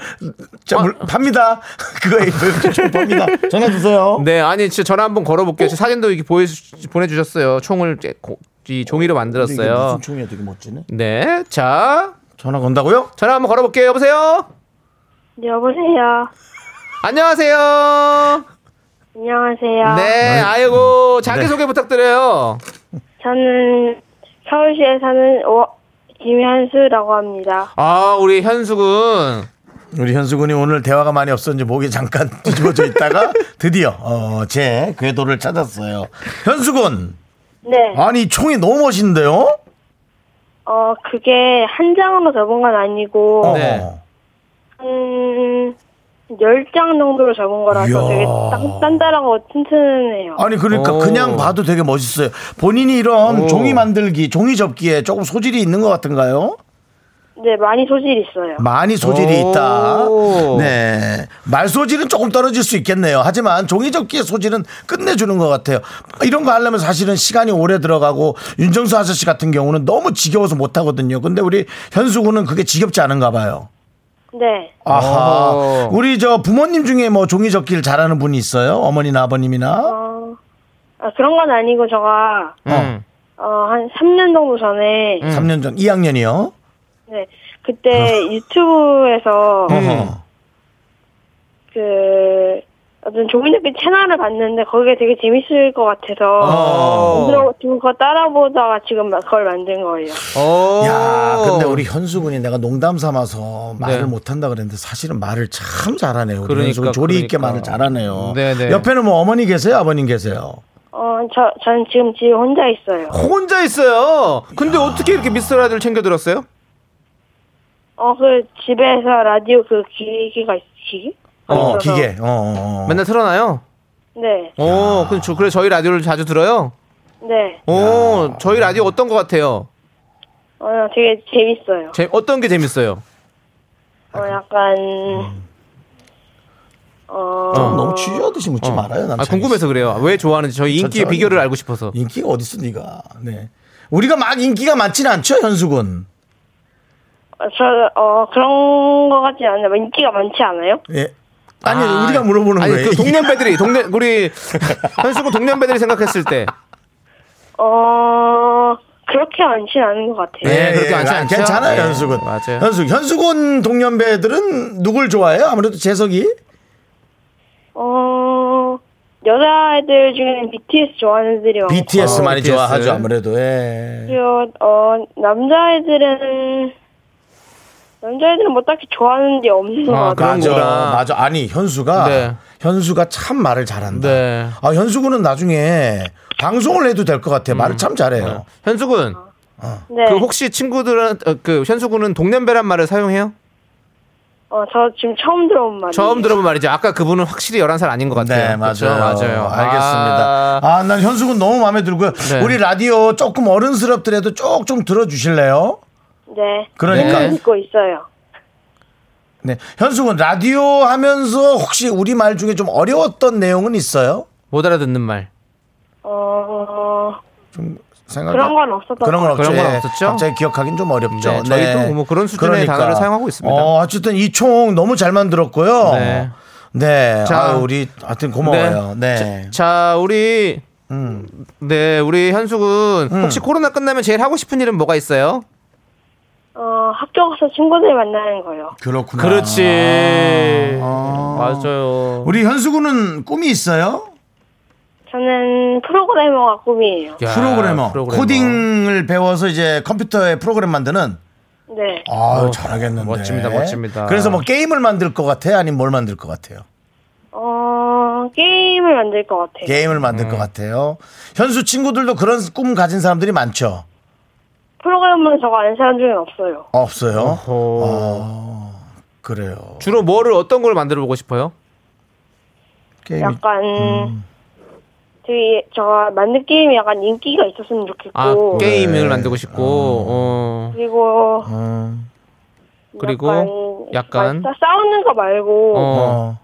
[SPEAKER 1] 저 물, 팝니다. 그거 이거 좀 팝니다. 전화 주세요.
[SPEAKER 2] 네, 아니 진짜 전화 한번 걸어볼게요. 제 사진도 이렇게 보여 보내주셨어요. 총을 이제 고- 이 종이로
[SPEAKER 1] 근데 이게
[SPEAKER 2] 만들었어요.
[SPEAKER 1] 무슨 총이야? 되게 멋지네.
[SPEAKER 2] 네, 자
[SPEAKER 1] 전화 건다고요?
[SPEAKER 2] 전화 한번 걸어볼게요. 여보세요.
[SPEAKER 7] 여보세요.
[SPEAKER 2] 안녕하세요.
[SPEAKER 7] 안녕하세요.
[SPEAKER 2] 네, 아이고 자기 소개 부탁드려요.
[SPEAKER 7] 저는 서울시에 사는 오, 김현수라고 합니다.
[SPEAKER 2] 아, 우리 현수군.
[SPEAKER 1] 우리 현수군이 오늘 대화가 많이 없었는지 목이 잠깐 뒤집어져 있다가 드디어 어, 제 궤도를 찾았어요. 현수군,
[SPEAKER 7] 네.
[SPEAKER 1] 아니 총이 너무 멋있는데요?
[SPEAKER 7] 어, 그게 한 장으로 접은 건 아니고
[SPEAKER 1] 어.
[SPEAKER 2] 네.
[SPEAKER 7] 한 10장 정도로 접은 거라서
[SPEAKER 1] 이야.
[SPEAKER 7] 되게 딴- 단단하고 튼튼해요.
[SPEAKER 1] 아니 그러니까
[SPEAKER 2] 오.
[SPEAKER 1] 그냥 봐도 되게 멋있어요. 본인이 이런
[SPEAKER 2] 오.
[SPEAKER 1] 종이 만들기, 종이 접기에 조금 소질이 있는 것 같은가요?
[SPEAKER 7] 네, 많이 소질 있어요.
[SPEAKER 1] 많이 소질이
[SPEAKER 2] 오.
[SPEAKER 1] 있다. 네. 말 소질은 조금 떨어질 수 있겠네요. 하지만 종이접기의 소질은 끝내주는 것 같아요. 이런 거 하려면 사실은 시간이 오래 들어가고 윤정수 아저씨 같은 경우는 너무 지겨워서 못 하거든요. 근데 우리 현수군은 그게 지겹지 않은가 봐요.
[SPEAKER 7] 네.
[SPEAKER 1] 아하.
[SPEAKER 2] 오.
[SPEAKER 1] 우리 저 부모님 중에 뭐 종이접기를 잘하는 분이 있어요? 어머니나 아버님이나?
[SPEAKER 7] 어, 아, 그런 건 아니고 제가
[SPEAKER 2] 음.
[SPEAKER 7] 어, 한 3년 정도 전에
[SPEAKER 1] 삼 3년 전, 2학년이요.
[SPEAKER 7] 네.
[SPEAKER 1] 음.
[SPEAKER 7] 그때 유튜브에서
[SPEAKER 1] 어허.
[SPEAKER 7] 그 어떤 조민혁빈 채널을 봤는데 거기가 되게 재밌을 것 같아서
[SPEAKER 2] 어.
[SPEAKER 7] 그래서 그거 따라보다가 지금 막 그걸 만든 거예요.
[SPEAKER 2] 어.
[SPEAKER 1] 야, 근데 우리 현수군이 내가 농담 삼아서 말을
[SPEAKER 2] 네.
[SPEAKER 1] 못한다 그랬는데 사실은 말을 참 잘하네요. 우리
[SPEAKER 2] 그러니까,
[SPEAKER 1] 현수군 조리 있게
[SPEAKER 2] 그러니까.
[SPEAKER 1] 말을 잘하네요.
[SPEAKER 2] 네네.
[SPEAKER 1] 옆에는 뭐 어머니 계세요? 아버님 계세요?
[SPEAKER 7] 어, 저, 전 지금 집에 혼자 있어요.
[SPEAKER 2] 혼자 있어요. 근데 어떻게 이렇게 미스터 라디오를 챙겨 들었어요?
[SPEAKER 7] 어, 그 집에서 라디오 그 기기가, 있- 기기?
[SPEAKER 1] 어,
[SPEAKER 7] 있어서.
[SPEAKER 1] 기계. 어, 어, 어.
[SPEAKER 2] 맨날 틀어놔요.
[SPEAKER 7] 네,
[SPEAKER 2] 오, 그럼 저, 그래 저희 라디오를 자주 들어요.
[SPEAKER 7] 네.
[SPEAKER 2] 오, 저희 라디오 어떤 것 같아요?
[SPEAKER 7] 어, 되게 재밌어요.
[SPEAKER 2] 재, 어떤 게 재밌어요?
[SPEAKER 1] 아,
[SPEAKER 7] 어,
[SPEAKER 1] 그-
[SPEAKER 7] 약간,
[SPEAKER 1] 음.
[SPEAKER 7] 어,
[SPEAKER 1] 너무 취조 드이 묻지 말아요.
[SPEAKER 2] 아,
[SPEAKER 1] 남창희 씨.
[SPEAKER 2] 궁금해서 그래요. 왜 좋아하는지 저희 인기의
[SPEAKER 1] 천천히.
[SPEAKER 2] 비결을 알고 싶어서.
[SPEAKER 1] 인기가 어딨어, 네가. 네. 우리가 막 인기가 많진 않죠, 현수군.
[SPEAKER 7] 저, 어, 그런 거 같지 않아요. 뭐 인기가 많지 않아요?
[SPEAKER 1] 예. 아니, 우리가 물어보는
[SPEAKER 2] 아니,
[SPEAKER 1] 거예요.
[SPEAKER 2] 그 동년배들이 동네 우리 현수군 동년배들이 생각했을 때.
[SPEAKER 7] 어, 그렇게 많진 않은 것 같아요.
[SPEAKER 2] 네, 그렇게 많지
[SPEAKER 1] 아,
[SPEAKER 2] 않죠?
[SPEAKER 1] 괜찮아요,
[SPEAKER 2] 예,
[SPEAKER 1] 현수군.
[SPEAKER 2] 맞아요.
[SPEAKER 1] 현수, 현수군 동년배들은 누굴 좋아해요? 아무래도 재석이?
[SPEAKER 7] 어, 여자애들 중에는 BTS 좋아하는 애들이 많고.
[SPEAKER 1] BTS 많이
[SPEAKER 2] BTS.
[SPEAKER 1] 좋아하죠, 아무래도. 예.
[SPEAKER 7] 그리고 어 남자애들은 남자애들은 뭐 딱히 좋아하는 게 없는 것
[SPEAKER 2] 아,
[SPEAKER 7] 같아요.
[SPEAKER 2] 그런
[SPEAKER 1] 맞아,
[SPEAKER 2] 거구나.
[SPEAKER 1] 맞아. 아니 현수가
[SPEAKER 2] 네.
[SPEAKER 1] 현수가 참 말을 잘한다.
[SPEAKER 2] 네.
[SPEAKER 1] 아 현수군은 나중에 방송을 해도 될 것 같아. 요 말을 참 잘해요.
[SPEAKER 2] 현수군,
[SPEAKER 1] 어.
[SPEAKER 7] 네.
[SPEAKER 2] 그 혹시 친구들은 어, 그 현수군은 동년배란 말을 사용해요?
[SPEAKER 7] 어저 지금 처음 들어본 말이에요.
[SPEAKER 2] 처음 들어본 말이죠. 아까 그분은 확실히 11살 아닌 것 같아요.
[SPEAKER 1] 네, 맞아요.
[SPEAKER 2] 그쵸? 그렇죠. 맞아요.
[SPEAKER 1] 알겠습니다.
[SPEAKER 2] 아,
[SPEAKER 1] 아, 난 현수군 너무 마음에 들고요.
[SPEAKER 2] 네.
[SPEAKER 1] 우리 라디오 조금 어른스럽더라도 쭉 좀 들어주실래요?
[SPEAKER 7] 네.
[SPEAKER 1] 그러니까.
[SPEAKER 2] 네.
[SPEAKER 1] 네.
[SPEAKER 7] 듣고 있어요.
[SPEAKER 1] 현수군 라디오 하면서 혹시 우리 말 중에 좀 어려웠던 내용은 있어요?
[SPEAKER 2] 못 알아듣는 말.
[SPEAKER 7] 어
[SPEAKER 1] 생각
[SPEAKER 7] 그런 건 없었던
[SPEAKER 1] 그런 건
[SPEAKER 7] 것
[SPEAKER 1] 없죠.
[SPEAKER 2] 그런 건
[SPEAKER 1] 예.
[SPEAKER 2] 없었죠?
[SPEAKER 1] 갑자기 기억하긴 좀 어렵죠. 그러니까.
[SPEAKER 2] 네, 저희도 뭐 그런 수준의 단어를 사용하고 있습니다.
[SPEAKER 1] 어, 쨌든 이 총 너무 잘 만들었고요. 네.
[SPEAKER 2] 네.
[SPEAKER 1] 자,
[SPEAKER 2] 자.
[SPEAKER 1] 우리 하여튼 고마워요. 네. 음.
[SPEAKER 2] 자, 우리 네, 우리 현수군 혹시 코로나 끝나면 제일 하고 싶은 일은 뭐가 있어요?
[SPEAKER 7] 같아요. 어 학교 가서 친구들 만나는 거요.
[SPEAKER 1] 그렇구나.
[SPEAKER 2] 그렇지.
[SPEAKER 1] 아.
[SPEAKER 2] 맞아요.
[SPEAKER 1] 우리 현수군은 꿈이 있어요?
[SPEAKER 7] 저는 프로그래머가 꿈이에요.
[SPEAKER 2] 야,
[SPEAKER 1] 프로그래머.
[SPEAKER 2] 프로그래머.
[SPEAKER 1] 코딩을 배워서 이제 컴퓨터에 프로그램 만드는
[SPEAKER 7] 네.
[SPEAKER 1] 아, 잘하겠는데.
[SPEAKER 2] 어, 멋집니다, 멋집니다.
[SPEAKER 1] 그래서 뭐 게임을 만들 것 같아요? 아니면 뭘 만들 것 같아요?
[SPEAKER 7] 어 게임을 만들 것 같아요.
[SPEAKER 1] 게임을 만들
[SPEAKER 2] 음.
[SPEAKER 1] 것 같아요. 현수 친구들도 그런 꿈 가진 사람들이 많죠?
[SPEAKER 7] 프로그래머는 저가 아는 사람 중에 없어요.
[SPEAKER 1] 없어요. 아,
[SPEAKER 2] 어허.
[SPEAKER 1] 그래요.
[SPEAKER 2] 주로 뭐를 어떤 걸 만들어 보고 싶어요?
[SPEAKER 1] 게임.
[SPEAKER 7] 약간
[SPEAKER 1] 음.
[SPEAKER 7] 되게 저가 만든 게임이 약간 인기가 있었으면 좋겠고.
[SPEAKER 2] 아,
[SPEAKER 1] 네.
[SPEAKER 2] 게임을 만들고 싶고. 어.
[SPEAKER 7] 그리고
[SPEAKER 1] 그 음,
[SPEAKER 2] 그리고 약간-
[SPEAKER 7] 막 싸우는 거 말고
[SPEAKER 2] 어.
[SPEAKER 1] 어,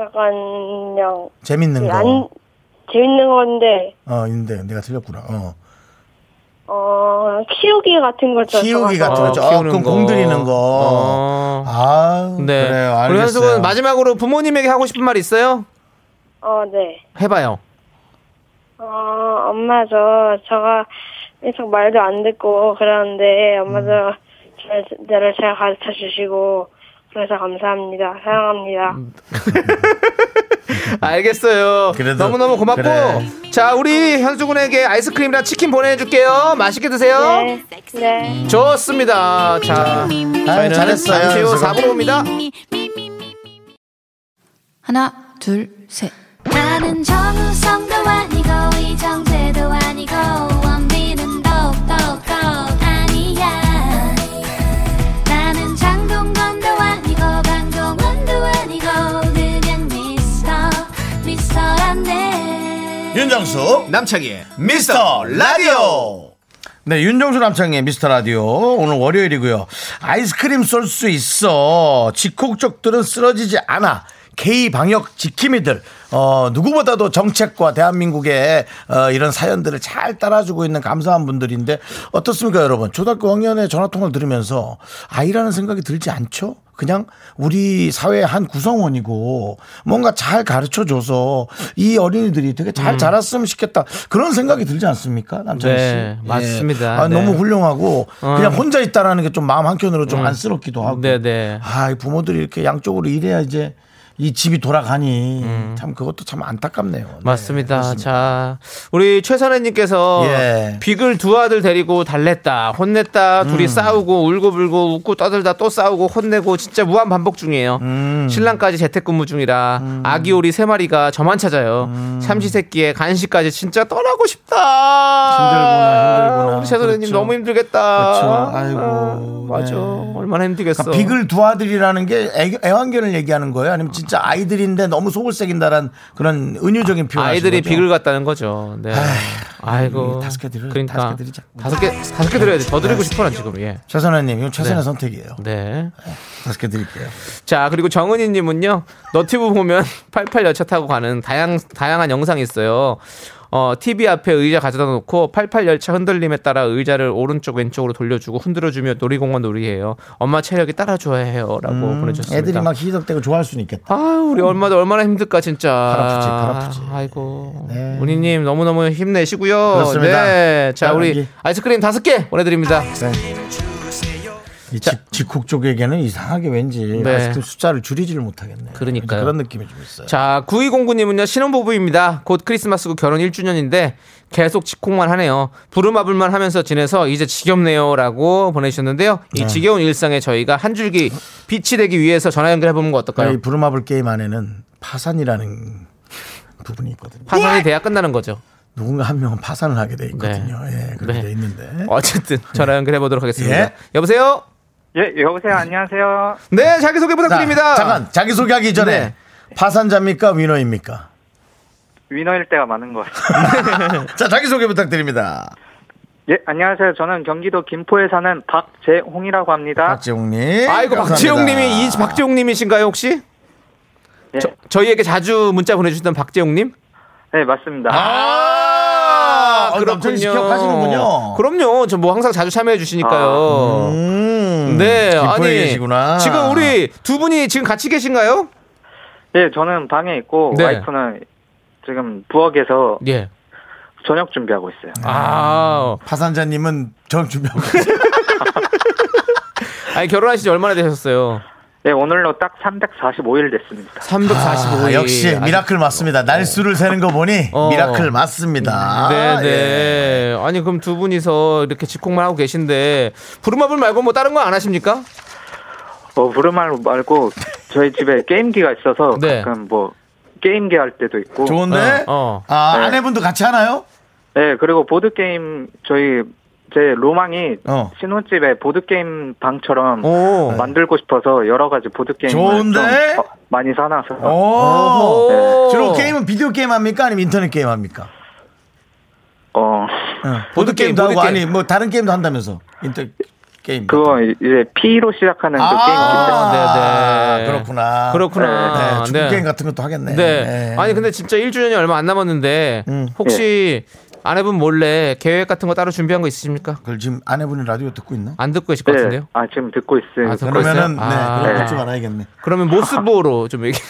[SPEAKER 7] 약간 그냥
[SPEAKER 2] 네,
[SPEAKER 1] 재밌는 거.
[SPEAKER 7] 안 재밌는 건데
[SPEAKER 1] 어, 있는데 내가 틀렸구나. 어.
[SPEAKER 7] 어 키우기 같은 걸
[SPEAKER 1] 키우기
[SPEAKER 7] 좋아서
[SPEAKER 1] 같은 거,
[SPEAKER 2] 어,
[SPEAKER 1] 조금
[SPEAKER 2] 키우는 거.
[SPEAKER 1] 공들이는 거.
[SPEAKER 2] 어.
[SPEAKER 1] 아,
[SPEAKER 2] 네.
[SPEAKER 1] 그래요.
[SPEAKER 2] 우리
[SPEAKER 1] 알겠어요.
[SPEAKER 2] 현수군 마지막으로 부모님에게 하고 싶은 말 있어요?
[SPEAKER 7] 어 네.
[SPEAKER 2] 해봐요.
[SPEAKER 7] 어 엄마 저 저가 계속 말도 안 듣고 그러는데 엄마 저 잘, 나를 잘 가르쳐 주시고 그래서 감사합니다. 사랑합니다.
[SPEAKER 2] 알겠어요.
[SPEAKER 1] 그래도-
[SPEAKER 2] 너무너무 고맙고.
[SPEAKER 1] 그래.
[SPEAKER 2] 자, 우리 현수군에게 아이스크림이랑 치킨 보내줄게요. 맛있게 드세요.
[SPEAKER 7] 네. 네.
[SPEAKER 2] 좋습니다. 자,
[SPEAKER 1] 아유, 잘했어요.
[SPEAKER 2] 잠시 후
[SPEAKER 1] 현수군.
[SPEAKER 2] 4부로 옵니다.
[SPEAKER 8] 하나, 둘, 셋.
[SPEAKER 4] 나는 정우성도 아니고 이정재도 아니고 원빈은 더욱더 아니야 나는 장동건도 아니고 강동원도 아니고 그냥 미스터 미스터란데
[SPEAKER 1] 윤정수 남창희의 미스터 라디오 네 윤정수 남창희의 미스터 라디오 오늘 월요일이고요 아이스크림 쏠 수 있어 직콕족들은 쓰러지지 않아 K 방역 지킴이들 어, 누구보다도 정책과 대한민국의 어, 이런 사연들을 잘 따라주고 있는 감사한 분들인데 어떻습니까 여러분 초등학교 학년에 전화 통화를 들으면서 아이라는 생각이 들지 않죠? 그냥 우리 사회의 한 구성원이고 뭔가 잘 가르쳐 줘서 이 어린이들이 되게 잘 자랐으면 좋겠다 그런 생각이 들지 않습니까 남창희 씨?
[SPEAKER 2] 네, 맞습니다.
[SPEAKER 1] 아,
[SPEAKER 2] 네.
[SPEAKER 1] 너무 훌륭하고 그냥
[SPEAKER 2] 어. 음.
[SPEAKER 1] 혼자 있다라는 게 좀 마음 한켠으로 좀 안쓰럽기도 하고.
[SPEAKER 2] 네, 네.
[SPEAKER 1] 아, 이 부모들이 이렇게 양쪽으로 일해야 이제 이 집이 돌아가니 참 그것도 참 안타깝네요. 네,
[SPEAKER 2] 음. 맞습니다.
[SPEAKER 1] 그렇습니다.
[SPEAKER 2] 자, 우리 최선혜님께서
[SPEAKER 1] 예.
[SPEAKER 2] 빅을 두 아들 데리고 달랬다, 혼냈다,
[SPEAKER 1] 음.
[SPEAKER 2] 둘이 싸우고 울고불고 웃고 떠들다 또 싸우고 혼내고 진짜 무한 반복 중이에요.
[SPEAKER 1] 음.
[SPEAKER 2] 신랑까지 재택근무 중이라 아기 오리 세 마리가 저만 찾아요.
[SPEAKER 1] 음.
[SPEAKER 2] 참치 새끼에 간식까지 진짜 떠나고 싶다.
[SPEAKER 1] 힘들구나, 힘들구나.
[SPEAKER 2] 우리 최선혜님
[SPEAKER 1] 그렇죠.
[SPEAKER 2] 너무 힘들겠다.
[SPEAKER 1] 그렇죠. 아이고,
[SPEAKER 2] 아, 맞아.
[SPEAKER 1] 네.
[SPEAKER 2] 얼마나 힘들겠어.
[SPEAKER 1] 그러니까 빅을 두 아들이라는 게 애, 애완견을 얘기하는 거예요? 아니면 진짜 아이들인데 너무 속을 새긴다라는 그런 은유적인 표현.
[SPEAKER 2] 아이들이 빅을 갔다는 거죠. 네. 아이고.
[SPEAKER 1] 다섯 개 드려-
[SPEAKER 2] 그러니까
[SPEAKER 1] 다섯 개 드리자.
[SPEAKER 2] 다섯 개 다섯 개 드려야 돼. 더 드리고 싶어 난 지금. 예.
[SPEAKER 1] 최선아님, 이건 최선의
[SPEAKER 2] 네.
[SPEAKER 1] 선택이에요.
[SPEAKER 2] 네.
[SPEAKER 1] 다섯 개 드릴게요.
[SPEAKER 2] 자, 그리고 정은희 님은요. 너튜브 보면 88 열차 타고 가는 다양 다양한 영상이 있어요. 어, TV 앞에 의자 가져다 놓고 88 열차 흔들림에 따라 의자를 오른쪽 왼쪽으로 돌려주고 흔들어 주며 놀이공원 놀이해요. 엄마 체력이 따라 줘야 해요라고 보내
[SPEAKER 1] 음,
[SPEAKER 2] 줬습니다.
[SPEAKER 1] 애들이 막 희덕대고 좋아할 수는 있겠다.
[SPEAKER 2] 아유
[SPEAKER 1] 음.
[SPEAKER 2] 우리 엄마도 얼마나 힘들까 진짜.
[SPEAKER 1] 아프지, 팔 아프지.
[SPEAKER 2] 아이고
[SPEAKER 1] 네.
[SPEAKER 2] 문희님 너무 너무 힘내시고요.
[SPEAKER 1] 그렇습니다.
[SPEAKER 2] 네, 자 우리
[SPEAKER 1] 딸기. 네.
[SPEAKER 2] 아이스크림 다섯 개 보내드립니다.
[SPEAKER 1] 이 집, 집콕 쪽에게는 이상하게 왠지
[SPEAKER 2] 네.
[SPEAKER 1] 아이스크림 숫자를 줄이지를 못하겠네.
[SPEAKER 2] 그러니까요.
[SPEAKER 1] 그런 느낌이 좀 있어요.
[SPEAKER 2] 자 9209님은요 신혼부부입니다. 곧 크리스마스고 결혼 1주년인데 계속 직콕만 하네요. 부르마블만 하면서 지내서 이제 지겹네요라고 보내주셨는데요. 이 지겨운 일상에 저희가 한 줄기 빛이 되기 위해서 전화 연결해 보는
[SPEAKER 1] 이
[SPEAKER 2] 거 어떨까요?
[SPEAKER 1] 부르마블 게임 안에는 파산이라는 부분이 있거든요.
[SPEAKER 2] 파산이 돼야 끝나는 거죠.
[SPEAKER 1] 누군가 한 명은 파산을 하게 돼 있거든요. 예, 그렇게
[SPEAKER 2] 네.
[SPEAKER 1] 돼 있는데.
[SPEAKER 2] 어쨌든 전화 연결해 보도록 하겠습니다.
[SPEAKER 1] 예.
[SPEAKER 2] 여보세요.
[SPEAKER 5] 예, 여보세요. 안녕하세요.
[SPEAKER 2] 네 자기 소개 부탁드립니다.
[SPEAKER 1] 자, 잠깐 자기 소개하기 전에
[SPEAKER 2] 네.
[SPEAKER 1] 파산자입니까 위너입니까?
[SPEAKER 5] 위너일 때가 많은 것 같아요.
[SPEAKER 1] 자, 자기 소개 부탁드립니다.
[SPEAKER 5] 예, 안녕하세요. 저는 경기도 김포에 사는 박재홍이라고 합니다.
[SPEAKER 1] 박재홍님.
[SPEAKER 2] 예, 아이고
[SPEAKER 1] 감사합니다.
[SPEAKER 2] 박재용님이 이 박재용님이신가요 혹시?
[SPEAKER 5] 예,
[SPEAKER 2] 저, 저희에게 자주 문자 보내주셨던 박재용님?
[SPEAKER 5] 네, 맞습니다.
[SPEAKER 1] 아, 어, 남편이 기억하시는군요.
[SPEAKER 2] 그럼요. 저 뭐 항상 자주 참여해 주시니까요.
[SPEAKER 1] 음,
[SPEAKER 2] 네,
[SPEAKER 1] 김포에
[SPEAKER 2] 아니
[SPEAKER 1] 계시구나.
[SPEAKER 2] 지금 우리 두 분이 지금 같이 계신가요?
[SPEAKER 5] 예, 저는 방에 있고
[SPEAKER 2] 네.
[SPEAKER 5] 와이프는 지금 부엌에서
[SPEAKER 2] 예.
[SPEAKER 5] 저녁 준비하고 있어요.
[SPEAKER 2] 아,
[SPEAKER 1] 파산자님은 저녁 준비하고 계세요.
[SPEAKER 2] 아니 결혼하신 지 얼마나 되셨어요?
[SPEAKER 5] 예, 오늘로 딱 345일 됐습니다.
[SPEAKER 2] 345일.
[SPEAKER 1] 아, 역시 미라클 맞습니다. 날수를 세는 거 보니
[SPEAKER 2] 예, 어.
[SPEAKER 1] 미라클 맞습니다.
[SPEAKER 2] 네네.
[SPEAKER 1] 예.
[SPEAKER 2] 아니 그럼 두 분이서 이렇게 직콕만 하고 계신데 부르마블 말고 뭐 다른 거 안 하십니까?
[SPEAKER 5] 어, 부르말 말고 저희 집에 게임기가 있어서
[SPEAKER 2] 네.
[SPEAKER 5] 가끔 뭐 게임기 할 때도 있고
[SPEAKER 1] 좋은데.
[SPEAKER 2] 어, 어.
[SPEAKER 1] 아,
[SPEAKER 5] 네.
[SPEAKER 1] 아내분도 같이 하나요?
[SPEAKER 5] 네, 그리고 보드게임, 저희, 제 로망이
[SPEAKER 1] 어.
[SPEAKER 5] 신혼집에 보드게임 방처럼
[SPEAKER 2] 오.
[SPEAKER 5] 만들고 싶어서 여러 가지 보드게임을 좀
[SPEAKER 1] 좋은데?
[SPEAKER 5] 어, 많이 사놔서.
[SPEAKER 1] 오.
[SPEAKER 2] 오.
[SPEAKER 1] 아, 어. 주로 게임은 비디오 게임 합니까? 아니면 인터넷 게임 합니까?
[SPEAKER 5] 어,
[SPEAKER 1] 보드
[SPEAKER 2] 보드게임,
[SPEAKER 1] 게임도 하고
[SPEAKER 2] 보드게임.
[SPEAKER 1] 아니 뭐 다른 게임도 한다면서 인터 게임.
[SPEAKER 5] 그거 이제 P로 시작하는 그 게임인데.
[SPEAKER 2] 네,
[SPEAKER 1] 아,
[SPEAKER 2] 네네.
[SPEAKER 1] 그렇구나.
[SPEAKER 2] 그렇구나.
[SPEAKER 1] 네, 축구
[SPEAKER 2] 네.
[SPEAKER 1] 게임 같은 것도 하겠네. 음.
[SPEAKER 2] 네. 아니 근데 진짜 1주년이 얼마 안 남았는데 혹시 아내분 몰래 계획 같은 거 따로 준비한 거 있으십니까?
[SPEAKER 1] 그걸 지금 아내분이 라디오 듣고 있나?
[SPEAKER 2] 안 듣고 계실 것 같은데요.
[SPEAKER 5] 아, 지금 듣고 있어요.
[SPEAKER 2] 아, 듣고
[SPEAKER 1] 그러면은
[SPEAKER 2] 있어요?
[SPEAKER 1] 네,
[SPEAKER 2] 아.
[SPEAKER 1] 그런 것좀 알아야겠네.
[SPEAKER 2] 그러면 모스보로 좀 얘기.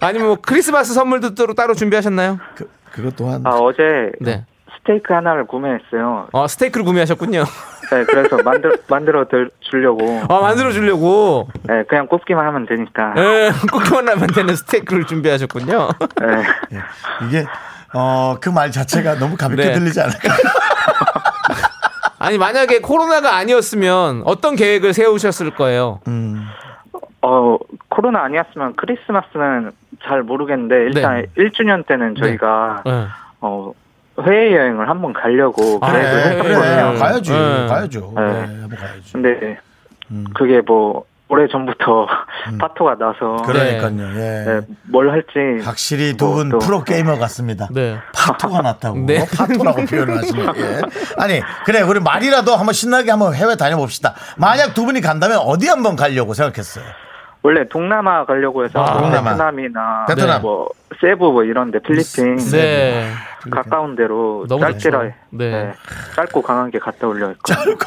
[SPEAKER 2] 아니면 뭐 크리스마스 선물도 따로 따로 준비하셨나요?
[SPEAKER 1] 그 그것 또한
[SPEAKER 5] 아, 어제
[SPEAKER 2] 네.
[SPEAKER 5] 스테이크 하나를 구매했어요.
[SPEAKER 2] 어 스테이크를 구매하셨군요.
[SPEAKER 5] 네, 그래서 만들, 만들어 들- 주려고.
[SPEAKER 2] 아 만들어 주려고.
[SPEAKER 5] 네, 그냥 꼽기만 하면 되니까.
[SPEAKER 2] 예. 꼭만 라면 되는 스테이크를 준비하셨군요.
[SPEAKER 5] 네.
[SPEAKER 1] 예. 이게 어, 그 말 자체가 너무 가볍게
[SPEAKER 2] 네.
[SPEAKER 1] 들리지 않을까?
[SPEAKER 2] 아니 만약에 코로나가 아니었으면 어떤 계획을 세우셨을 거예요.
[SPEAKER 1] 음.
[SPEAKER 5] 어, 코로나 아니었으면 크리스마스는 잘 모르겠는데, 일단
[SPEAKER 2] 네.
[SPEAKER 5] 1주년 때는 저희가,
[SPEAKER 2] 예.
[SPEAKER 5] 어, 해외여행을 한번 가려고
[SPEAKER 2] 아,
[SPEAKER 5] 계획을
[SPEAKER 2] 네,
[SPEAKER 1] 그래,
[SPEAKER 5] 했었거든요.
[SPEAKER 2] 네.
[SPEAKER 1] 가야지,
[SPEAKER 2] 네.
[SPEAKER 1] 가야죠.
[SPEAKER 5] 네.
[SPEAKER 1] 네, 한번 가야지.
[SPEAKER 5] 근데
[SPEAKER 2] 음.
[SPEAKER 5] 그게 뭐, 오래 전부터 파토가 나서,
[SPEAKER 1] 그러니까요.
[SPEAKER 5] 네,
[SPEAKER 1] 예.
[SPEAKER 5] 뭘 할지.
[SPEAKER 2] 아.
[SPEAKER 1] 확실히 두 분
[SPEAKER 5] 뭐 또-
[SPEAKER 1] 프로 게이머 같습니다.
[SPEAKER 2] 네.
[SPEAKER 1] 파토가 났다고. 뭐
[SPEAKER 2] 네.
[SPEAKER 1] 파토라고 표현을 하시네요. 예. 아니, 그래, 우리 말이라도 한번 신나게 한번 해외 다녀봅시다. 만약 두 분이 간다면 어디 한번 가려고 생각했어요?
[SPEAKER 5] 원래 동남아 가려고 해서,
[SPEAKER 2] 아,
[SPEAKER 5] 뭐
[SPEAKER 1] 동남아.
[SPEAKER 5] 베트남이나,
[SPEAKER 1] 베트남.
[SPEAKER 5] 뭐, 세부 뭐 이런데, 필리핀.
[SPEAKER 2] 네.
[SPEAKER 5] 가까운 데로
[SPEAKER 2] 너무
[SPEAKER 5] 짧게라
[SPEAKER 2] 좋죠. 네.
[SPEAKER 5] 짧고 강하게 갔다 올려고 했거든요.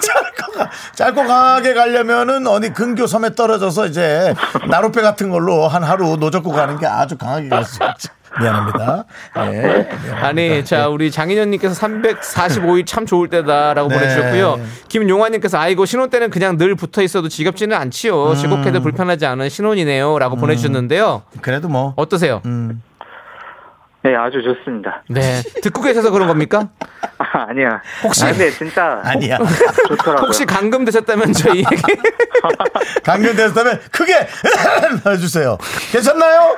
[SPEAKER 1] 짧고, 가- 짧고 강하게 가려면은 어디 근교 섬에 떨어져서 이제 나룻배 같은 걸로 한 하루 노젓고 가는 게 아주 강하게 갈 수 있죠. 미안합니다. 네.
[SPEAKER 2] 아니, 자, 우리 장인현님께서 345일 참 좋을 때다라고
[SPEAKER 1] 네.
[SPEAKER 2] 보내주셨고요. 김용화님께서 아이고, 신혼 때는 그냥 늘 붙어 있어도 지겹지는
[SPEAKER 1] 음.
[SPEAKER 2] 않지요. 지곡해도 불편하지 않은 신혼이네요. 라고 보내주셨는데요.
[SPEAKER 1] 그래도 뭐.
[SPEAKER 2] 어떠세요?
[SPEAKER 1] 음.
[SPEAKER 5] 네, 아주 좋습니다.
[SPEAKER 2] 네. 듣고 계셔서 그런 겁니까?
[SPEAKER 5] 아, 아니야.
[SPEAKER 2] 혹시-
[SPEAKER 5] 아, 근데 진짜
[SPEAKER 1] 아니야. 네. 아,
[SPEAKER 5] 좋더라고요.
[SPEAKER 2] 혹시 감금 되셨다면 저희에게.
[SPEAKER 1] 강변되었다면 크게 해주세요. 괜찮나요?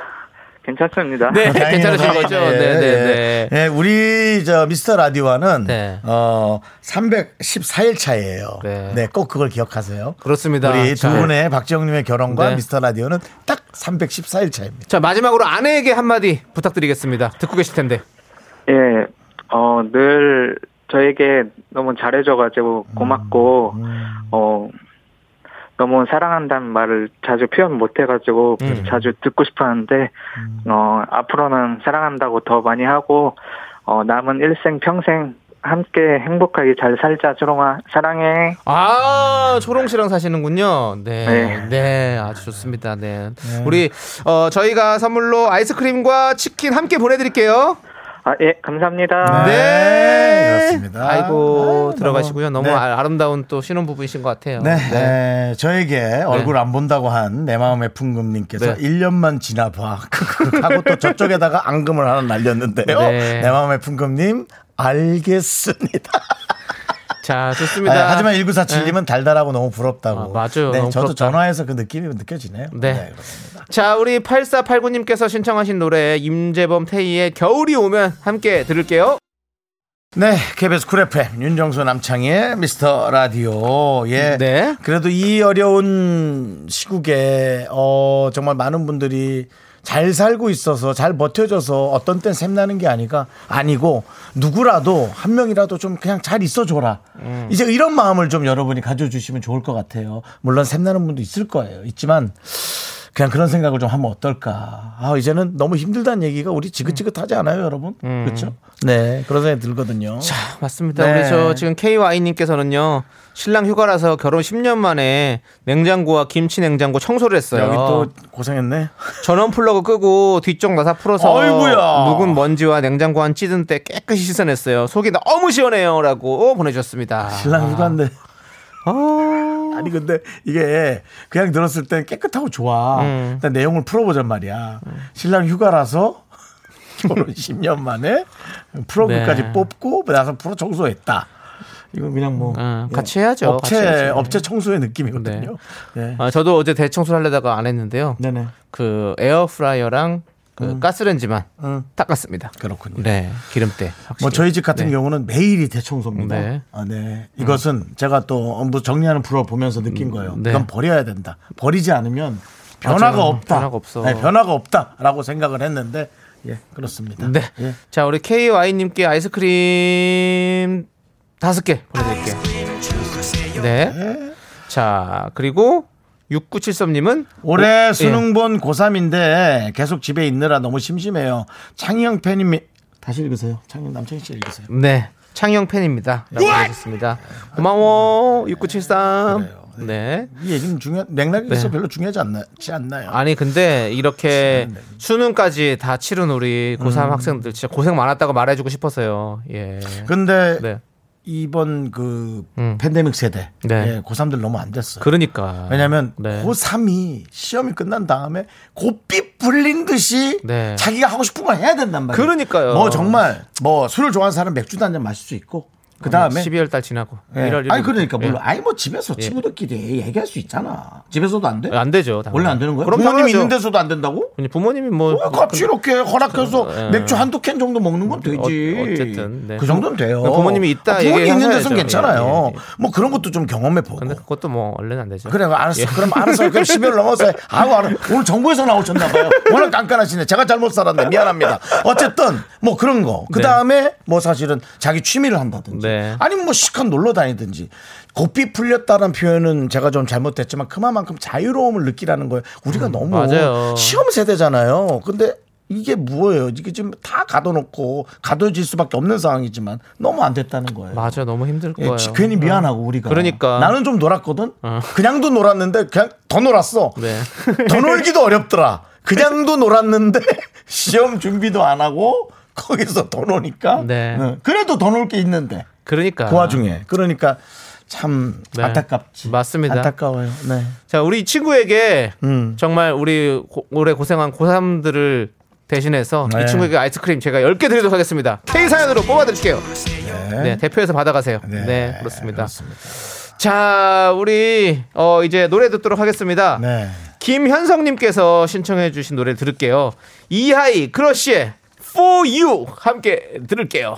[SPEAKER 5] 괜찮습니다.
[SPEAKER 2] 네,
[SPEAKER 1] 다행이네요.
[SPEAKER 2] 괜찮으신 거죠?
[SPEAKER 1] 예,
[SPEAKER 2] 네, 네,
[SPEAKER 1] 예.
[SPEAKER 2] 네.
[SPEAKER 1] 예, 우리 저 미스터 라디오와는
[SPEAKER 2] 네.
[SPEAKER 1] 어 314일 차예요. 네.
[SPEAKER 2] 네.
[SPEAKER 1] 꼭 그걸 기억하세요.
[SPEAKER 2] 그렇습니다.
[SPEAKER 1] 우리 두
[SPEAKER 2] 자,
[SPEAKER 1] 분의 박지영님의 결혼과
[SPEAKER 2] 네.
[SPEAKER 1] 미스터 라디오는 딱 314일 차입니다.
[SPEAKER 2] 자, 마지막으로 아내에게 한마디 부탁드리겠습니다. 듣고 계실 텐데.
[SPEAKER 5] 예, 어, 늘 저에게 너무 잘해줘가지고 고맙고, 어, 너무 사랑한다는 말을 자주 표현 못해가지고
[SPEAKER 2] 음.
[SPEAKER 5] 자주 듣고 싶었는데, 어, 앞으로는 사랑한다고 더 많이 하고, 어, 남은 일생 평생 함께 행복하게 잘 살자, 초롱아. 사랑해.
[SPEAKER 2] 아, 초롱 씨랑 사시는군요. 네. 네.
[SPEAKER 5] 네.
[SPEAKER 2] 아주 좋습니다. 네. 우리, 어, 저희가 선물로 아이스크림과 치킨 함께 보내드릴게요.
[SPEAKER 5] 아, 예, 감사합니다.
[SPEAKER 1] 네.
[SPEAKER 2] 네.
[SPEAKER 1] 그렇습니다.
[SPEAKER 2] 아이고,
[SPEAKER 1] 아,
[SPEAKER 2] 들어가시고요.
[SPEAKER 1] 너무-
[SPEAKER 2] 너무
[SPEAKER 1] 네.
[SPEAKER 2] 아- 아름다운 또 신혼부부이신 것 같아요.
[SPEAKER 1] 네, 에, 저에게 얼굴 안 본다고 한 내 마음의 풍금님께서
[SPEAKER 2] 네.
[SPEAKER 1] 일 1년만 지나봐 하고 또 저쪽에다가 앙금을 하나 날렸는데요.
[SPEAKER 2] 네.
[SPEAKER 1] 내 마음의 풍금님 알겠습니다.
[SPEAKER 2] 자, 좋습니다. 네.
[SPEAKER 1] 아, 하지만 1947님은 달달하고 너무 부럽다고.
[SPEAKER 2] 아, 맞아요.
[SPEAKER 1] 네,
[SPEAKER 2] 너무
[SPEAKER 1] 저도
[SPEAKER 2] 부럽다.
[SPEAKER 1] 전화해서 그 느낌이 느껴지네요.
[SPEAKER 2] 네.
[SPEAKER 1] 그렇습니다.
[SPEAKER 2] 자, 우리 8489님께서 신청하신 노래 임재범 태희의 겨울이 오면 함께 들을게요.
[SPEAKER 1] 네, KBS 쿨 FM 윤정수 남창희의 미스터 라디오. 예.
[SPEAKER 2] 네.
[SPEAKER 1] 그래도 이 어려운 시국에 어 정말 많은 분들이 잘 살고 있어서 잘 버텨줘서 어떤 땐 샘나는 게 아니가 아니고 누구라도 한 명이라도 좀 그냥 잘 있어줘라
[SPEAKER 2] 음.
[SPEAKER 1] 이제 이런 마음을 좀 여러분이 가져주시면 좋을 것 같아요 물론 샘나는 분도 있을 거예요 있지만 그냥 그런 생각을 좀 하면 어떨까 아 이제는 너무 힘들다는 얘기가 우리 지긋지긋하지 않아요 여러분 그렇죠 네 그런 생각이 들거든요
[SPEAKER 2] 음. 자, 맞습니다.
[SPEAKER 1] 네.
[SPEAKER 2] 우리 저 지금 KY님께서는요, 신랑 휴가라서 결혼 10년 만에 냉장고와 김치 냉장고 청소를 했어요. 아.
[SPEAKER 1] 여기 또 고생했네
[SPEAKER 2] 전원 플러그 끄고 뒤쪽 나사 풀어서
[SPEAKER 1] 아이고야.
[SPEAKER 2] 묵은 먼지와 냉장고 안 찌든 때 깨끗이 씻어냈어요. 속이 너무 시원해요라고 보내주셨습니다.
[SPEAKER 1] 신랑 휴가인데 네.
[SPEAKER 2] 아,
[SPEAKER 1] 아니 근데 이게 그냥 들었을 땐 깨끗하고 좋아.
[SPEAKER 2] 음.
[SPEAKER 1] 일단 내용을 풀어보잔 말이야. 신랑 휴가라서 결혼 10년 만에 프로그까지
[SPEAKER 2] 네.
[SPEAKER 1] 뽑고 나서 프로 청소했다. 이건 그냥 뭐
[SPEAKER 2] 아,
[SPEAKER 1] 예.
[SPEAKER 2] 같이 해야죠.
[SPEAKER 1] 업체
[SPEAKER 2] 같이 해야죠.
[SPEAKER 1] 업체 청소의 느낌이거든요. 네.
[SPEAKER 2] 아, 저도 어제 대청소를 하려다가 안 했는데요.
[SPEAKER 1] 네네 음.
[SPEAKER 2] 그 에어프라이어랑 그 가스렌지만 닦았습니다.
[SPEAKER 1] 그렇군요.
[SPEAKER 2] 네, 기름때. 확실히.
[SPEAKER 1] 음. 뭐 저희 집 같은
[SPEAKER 2] 네.
[SPEAKER 1] 경우는 매일이 대청소입니다.
[SPEAKER 2] 네.
[SPEAKER 1] 아, 네. 이것은 제가 또 업무 정리하는 프로 보면서 느낀 거예요.
[SPEAKER 2] 네.
[SPEAKER 1] 그건 버려야 된다. 버리지 않으면 변화가
[SPEAKER 2] 맞아요.
[SPEAKER 1] 없다.
[SPEAKER 2] 변화가 없어.
[SPEAKER 1] 네, 변화가 없다라고 생각을 했는데 예, 그렇습니다.
[SPEAKER 2] 네.
[SPEAKER 1] 예.
[SPEAKER 2] 자, 우리 KY님께 아이스크림 다섯 개 보내드릴게요. 네. 자, 그리고 6973님은 예.
[SPEAKER 1] 올해 수능 본 고3인데 계속 집에 있느라 너무 심심해요. 창희형 팬입니 다시 읽으세요. 창희 남창희 씨 읽으세요.
[SPEAKER 2] 네. 창영 팬입니다. 라고 하셨습니다. 고마워. 6973.
[SPEAKER 1] 그래요.
[SPEAKER 2] 네.
[SPEAKER 1] 이 얘기는 중요한 맥락에서
[SPEAKER 2] 네.
[SPEAKER 1] 별로 중요하지 않지 않나요?
[SPEAKER 2] 아니 근데 이렇게
[SPEAKER 1] 네.
[SPEAKER 2] 수능까지 다 치른 우리
[SPEAKER 1] 음.
[SPEAKER 2] 고3 학생들 진짜 고생 많았다고 말해주고 싶어서요. 예.
[SPEAKER 1] 근데
[SPEAKER 2] 네.
[SPEAKER 1] 이번 그
[SPEAKER 2] 음.
[SPEAKER 1] 팬데믹 세대
[SPEAKER 2] 네.
[SPEAKER 1] 예, 고3들 너무 안 됐어요.
[SPEAKER 2] 그러니까.
[SPEAKER 1] 왜냐하면
[SPEAKER 2] 네.
[SPEAKER 1] 고3이 시험이 끝난 다음에 고삐 불린 듯이
[SPEAKER 2] 네.
[SPEAKER 1] 자기가 하고 싶은 걸 해야 된단 말이에요.
[SPEAKER 2] 그러니까요.
[SPEAKER 1] 뭐 정말 뭐 술을 좋아하는 사람 맥주도 한 잔 마실 수 있고 그 다음에
[SPEAKER 2] 12월 달 지나고
[SPEAKER 1] 예.
[SPEAKER 2] 1월 1일.
[SPEAKER 1] 아니 그러니까 물론 아니 뭐 집에서 친구들끼리 얘기할 수 있잖아. 집에서도 안 돼?
[SPEAKER 2] 안 되죠. 당연히.
[SPEAKER 1] 원래 안 되는 거야?
[SPEAKER 2] 그럼
[SPEAKER 1] 부모님
[SPEAKER 2] 당연하죠.
[SPEAKER 1] 있는데서도 안 된다고?
[SPEAKER 2] 근데 부모님이 뭐
[SPEAKER 1] 왜 같이 이렇게 허락해서
[SPEAKER 2] 예.
[SPEAKER 1] 맥주 한두 캔 정도 먹는 건 되지.
[SPEAKER 2] 어- 어쨌든, 네.
[SPEAKER 1] 그 정도는 돼요.
[SPEAKER 2] 부모님이 있다
[SPEAKER 1] 부모님
[SPEAKER 2] 얘기하셔야죠.
[SPEAKER 1] 있는 데서는 괜찮아요.
[SPEAKER 2] 예, 예, 예.
[SPEAKER 1] 뭐 그런 것도 좀 경험해 보고.
[SPEAKER 2] 근데 그것도 뭐 원래는 안 되죠.
[SPEAKER 1] 그래 알았어 그럼 알았어 그럼 12월 넘어서 아우 알아 오늘 정부에서 나오셨나 봐요 워낙 깐깐하시네 제가 잘못 살았네 미안합니다 어쨌든 뭐 그런 거그 다음에 뭐 사실은 자기 취미를 한다든지
[SPEAKER 2] 네.
[SPEAKER 1] 아니면 뭐 시컷 놀러 다니든지 고삐 풀렸다는 표현은 제가 좀 잘못됐지만 그만큼 자유로움을 느끼라는 거예요 우리가 너무
[SPEAKER 2] 음, 맞아요.
[SPEAKER 1] 시험 세대잖아요 근데 이게 뭐예요 이게 지금 다 가둬놓고 가둬질 수밖에 없는 상황이지만 너무 안 됐다는 거예요
[SPEAKER 2] 맞아 너무 힘들
[SPEAKER 1] 예,
[SPEAKER 2] 거예요.
[SPEAKER 1] 지- 괜히 미안하고 우리가
[SPEAKER 2] 그러니까. 어.
[SPEAKER 1] 나는 좀 놀았거든 그냥도 놀았는데 그냥 더 놀았어
[SPEAKER 2] 네.
[SPEAKER 1] 더 놀기도 어렵더라 그냥도 놀았는데 시험 준비도 안 하고 거기서 더 노니까.
[SPEAKER 2] 네.
[SPEAKER 1] 응. 그래도 더 놀 게 있는데
[SPEAKER 2] 그러니까.
[SPEAKER 1] 그 와중에 그러니까 참
[SPEAKER 2] 네.
[SPEAKER 1] 안타깝지.
[SPEAKER 2] 맞습니다.
[SPEAKER 1] 안타까워요. 네.
[SPEAKER 2] 자, 우리 이 친구에게
[SPEAKER 1] 음.
[SPEAKER 2] 정말 우리 고- 올해 고생한 고3들을 대신해서
[SPEAKER 1] 네.
[SPEAKER 2] 이 친구에게 아이스크림 제가 10개 드리도록 하겠습니다. K 사연으로 뽑아드릴게요. 네. 대표해서 받아가세요. 네, 그렇습니다. 자, 우리 어, 이제 노래 듣도록 하겠습니다.
[SPEAKER 1] 네.
[SPEAKER 2] 김현성님께서 신청해주신 노래 들을게요. 이하이 크러쉬의 For You 함께 들을게요.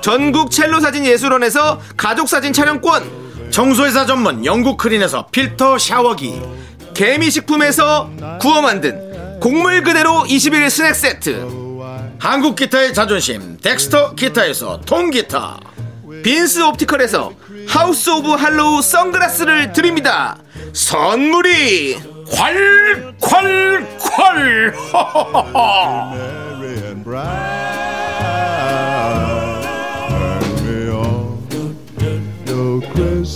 [SPEAKER 2] 전국 첼로 사진 예술원에서 가족 사진 촬영권.
[SPEAKER 1] 청소회사 전문 영국 크린에서 필터 샤워기
[SPEAKER 2] 개미 식품에서 구워 만든 곡물 그대로 21 스낵 세트.
[SPEAKER 1] 한국 기타의 자존심 덱스터 기타에서 통기타
[SPEAKER 2] 빈스 옵티컬에서 하우스 오브 할로우 선글라스를 드립니다. 선물이
[SPEAKER 1] 콸콸콸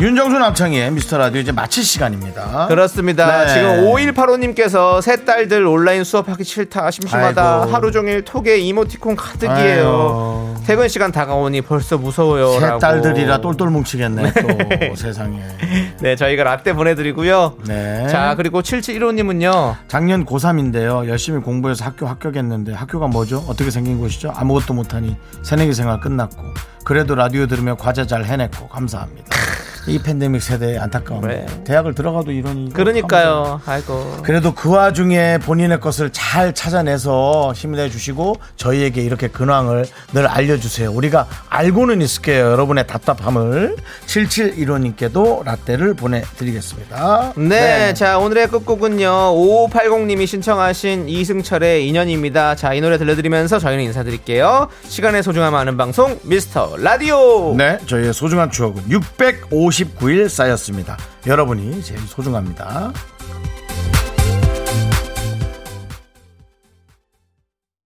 [SPEAKER 1] 윤정수 남창의 미스터 라디오 이제 마칠 시간입니다
[SPEAKER 2] 그렇습니다.
[SPEAKER 1] 네.
[SPEAKER 2] 지금 5185님께서 세 딸들 온라인 수업하기 싫다, 심심하다.
[SPEAKER 1] 아이고.
[SPEAKER 2] 하루 종일 톡에 이모티콘 가득이에요. 퇴근 시간 다가오니 벌써 무서워요.
[SPEAKER 1] 새
[SPEAKER 2] 라고.
[SPEAKER 1] 딸들이라 똘똘 뭉치겠네 또 세상에
[SPEAKER 2] 네, 저희가 라떼 보내드리고요.
[SPEAKER 1] 네.
[SPEAKER 2] 자, 그리고 7715님은요.
[SPEAKER 1] 작년 고3인데요. 열심히 공부해서 학교 합격했는데 학교가 뭐죠? 어떻게 생긴 곳이죠? 아무것도 못하니 새내기 생활 끝났고 그래도 라디오 들으며 과제 잘 해냈고 감사합니다. 이 팬데믹 세대의 안타까움.
[SPEAKER 2] 네.
[SPEAKER 1] 대학을 들어가도 이러니. 이거 감사합니다.
[SPEAKER 2] 그러니까요. 아이고.
[SPEAKER 1] 그래도 그 와중에 본인의 것을 잘 찾아내서 힘내 주시고 저희에게 이렇게 근황을 늘 알려주세요. 우리가 알고는 있을게요. 여러분의 답답함을 7715님께도 라떼를 보내드리겠습니다.
[SPEAKER 2] 네, 자, 오늘의 끝곡은요. 5580님이 신청하신 이승철의 인연입니다. 자, 이 노래 들려드리면서 저희는 인사드릴게요. 시간의 소중함 아는 방송, 미스터 라디오.
[SPEAKER 1] 네, 저희의 소중한 추억은 659일 쌓였습니다. 여러분이 제일 소중합니다.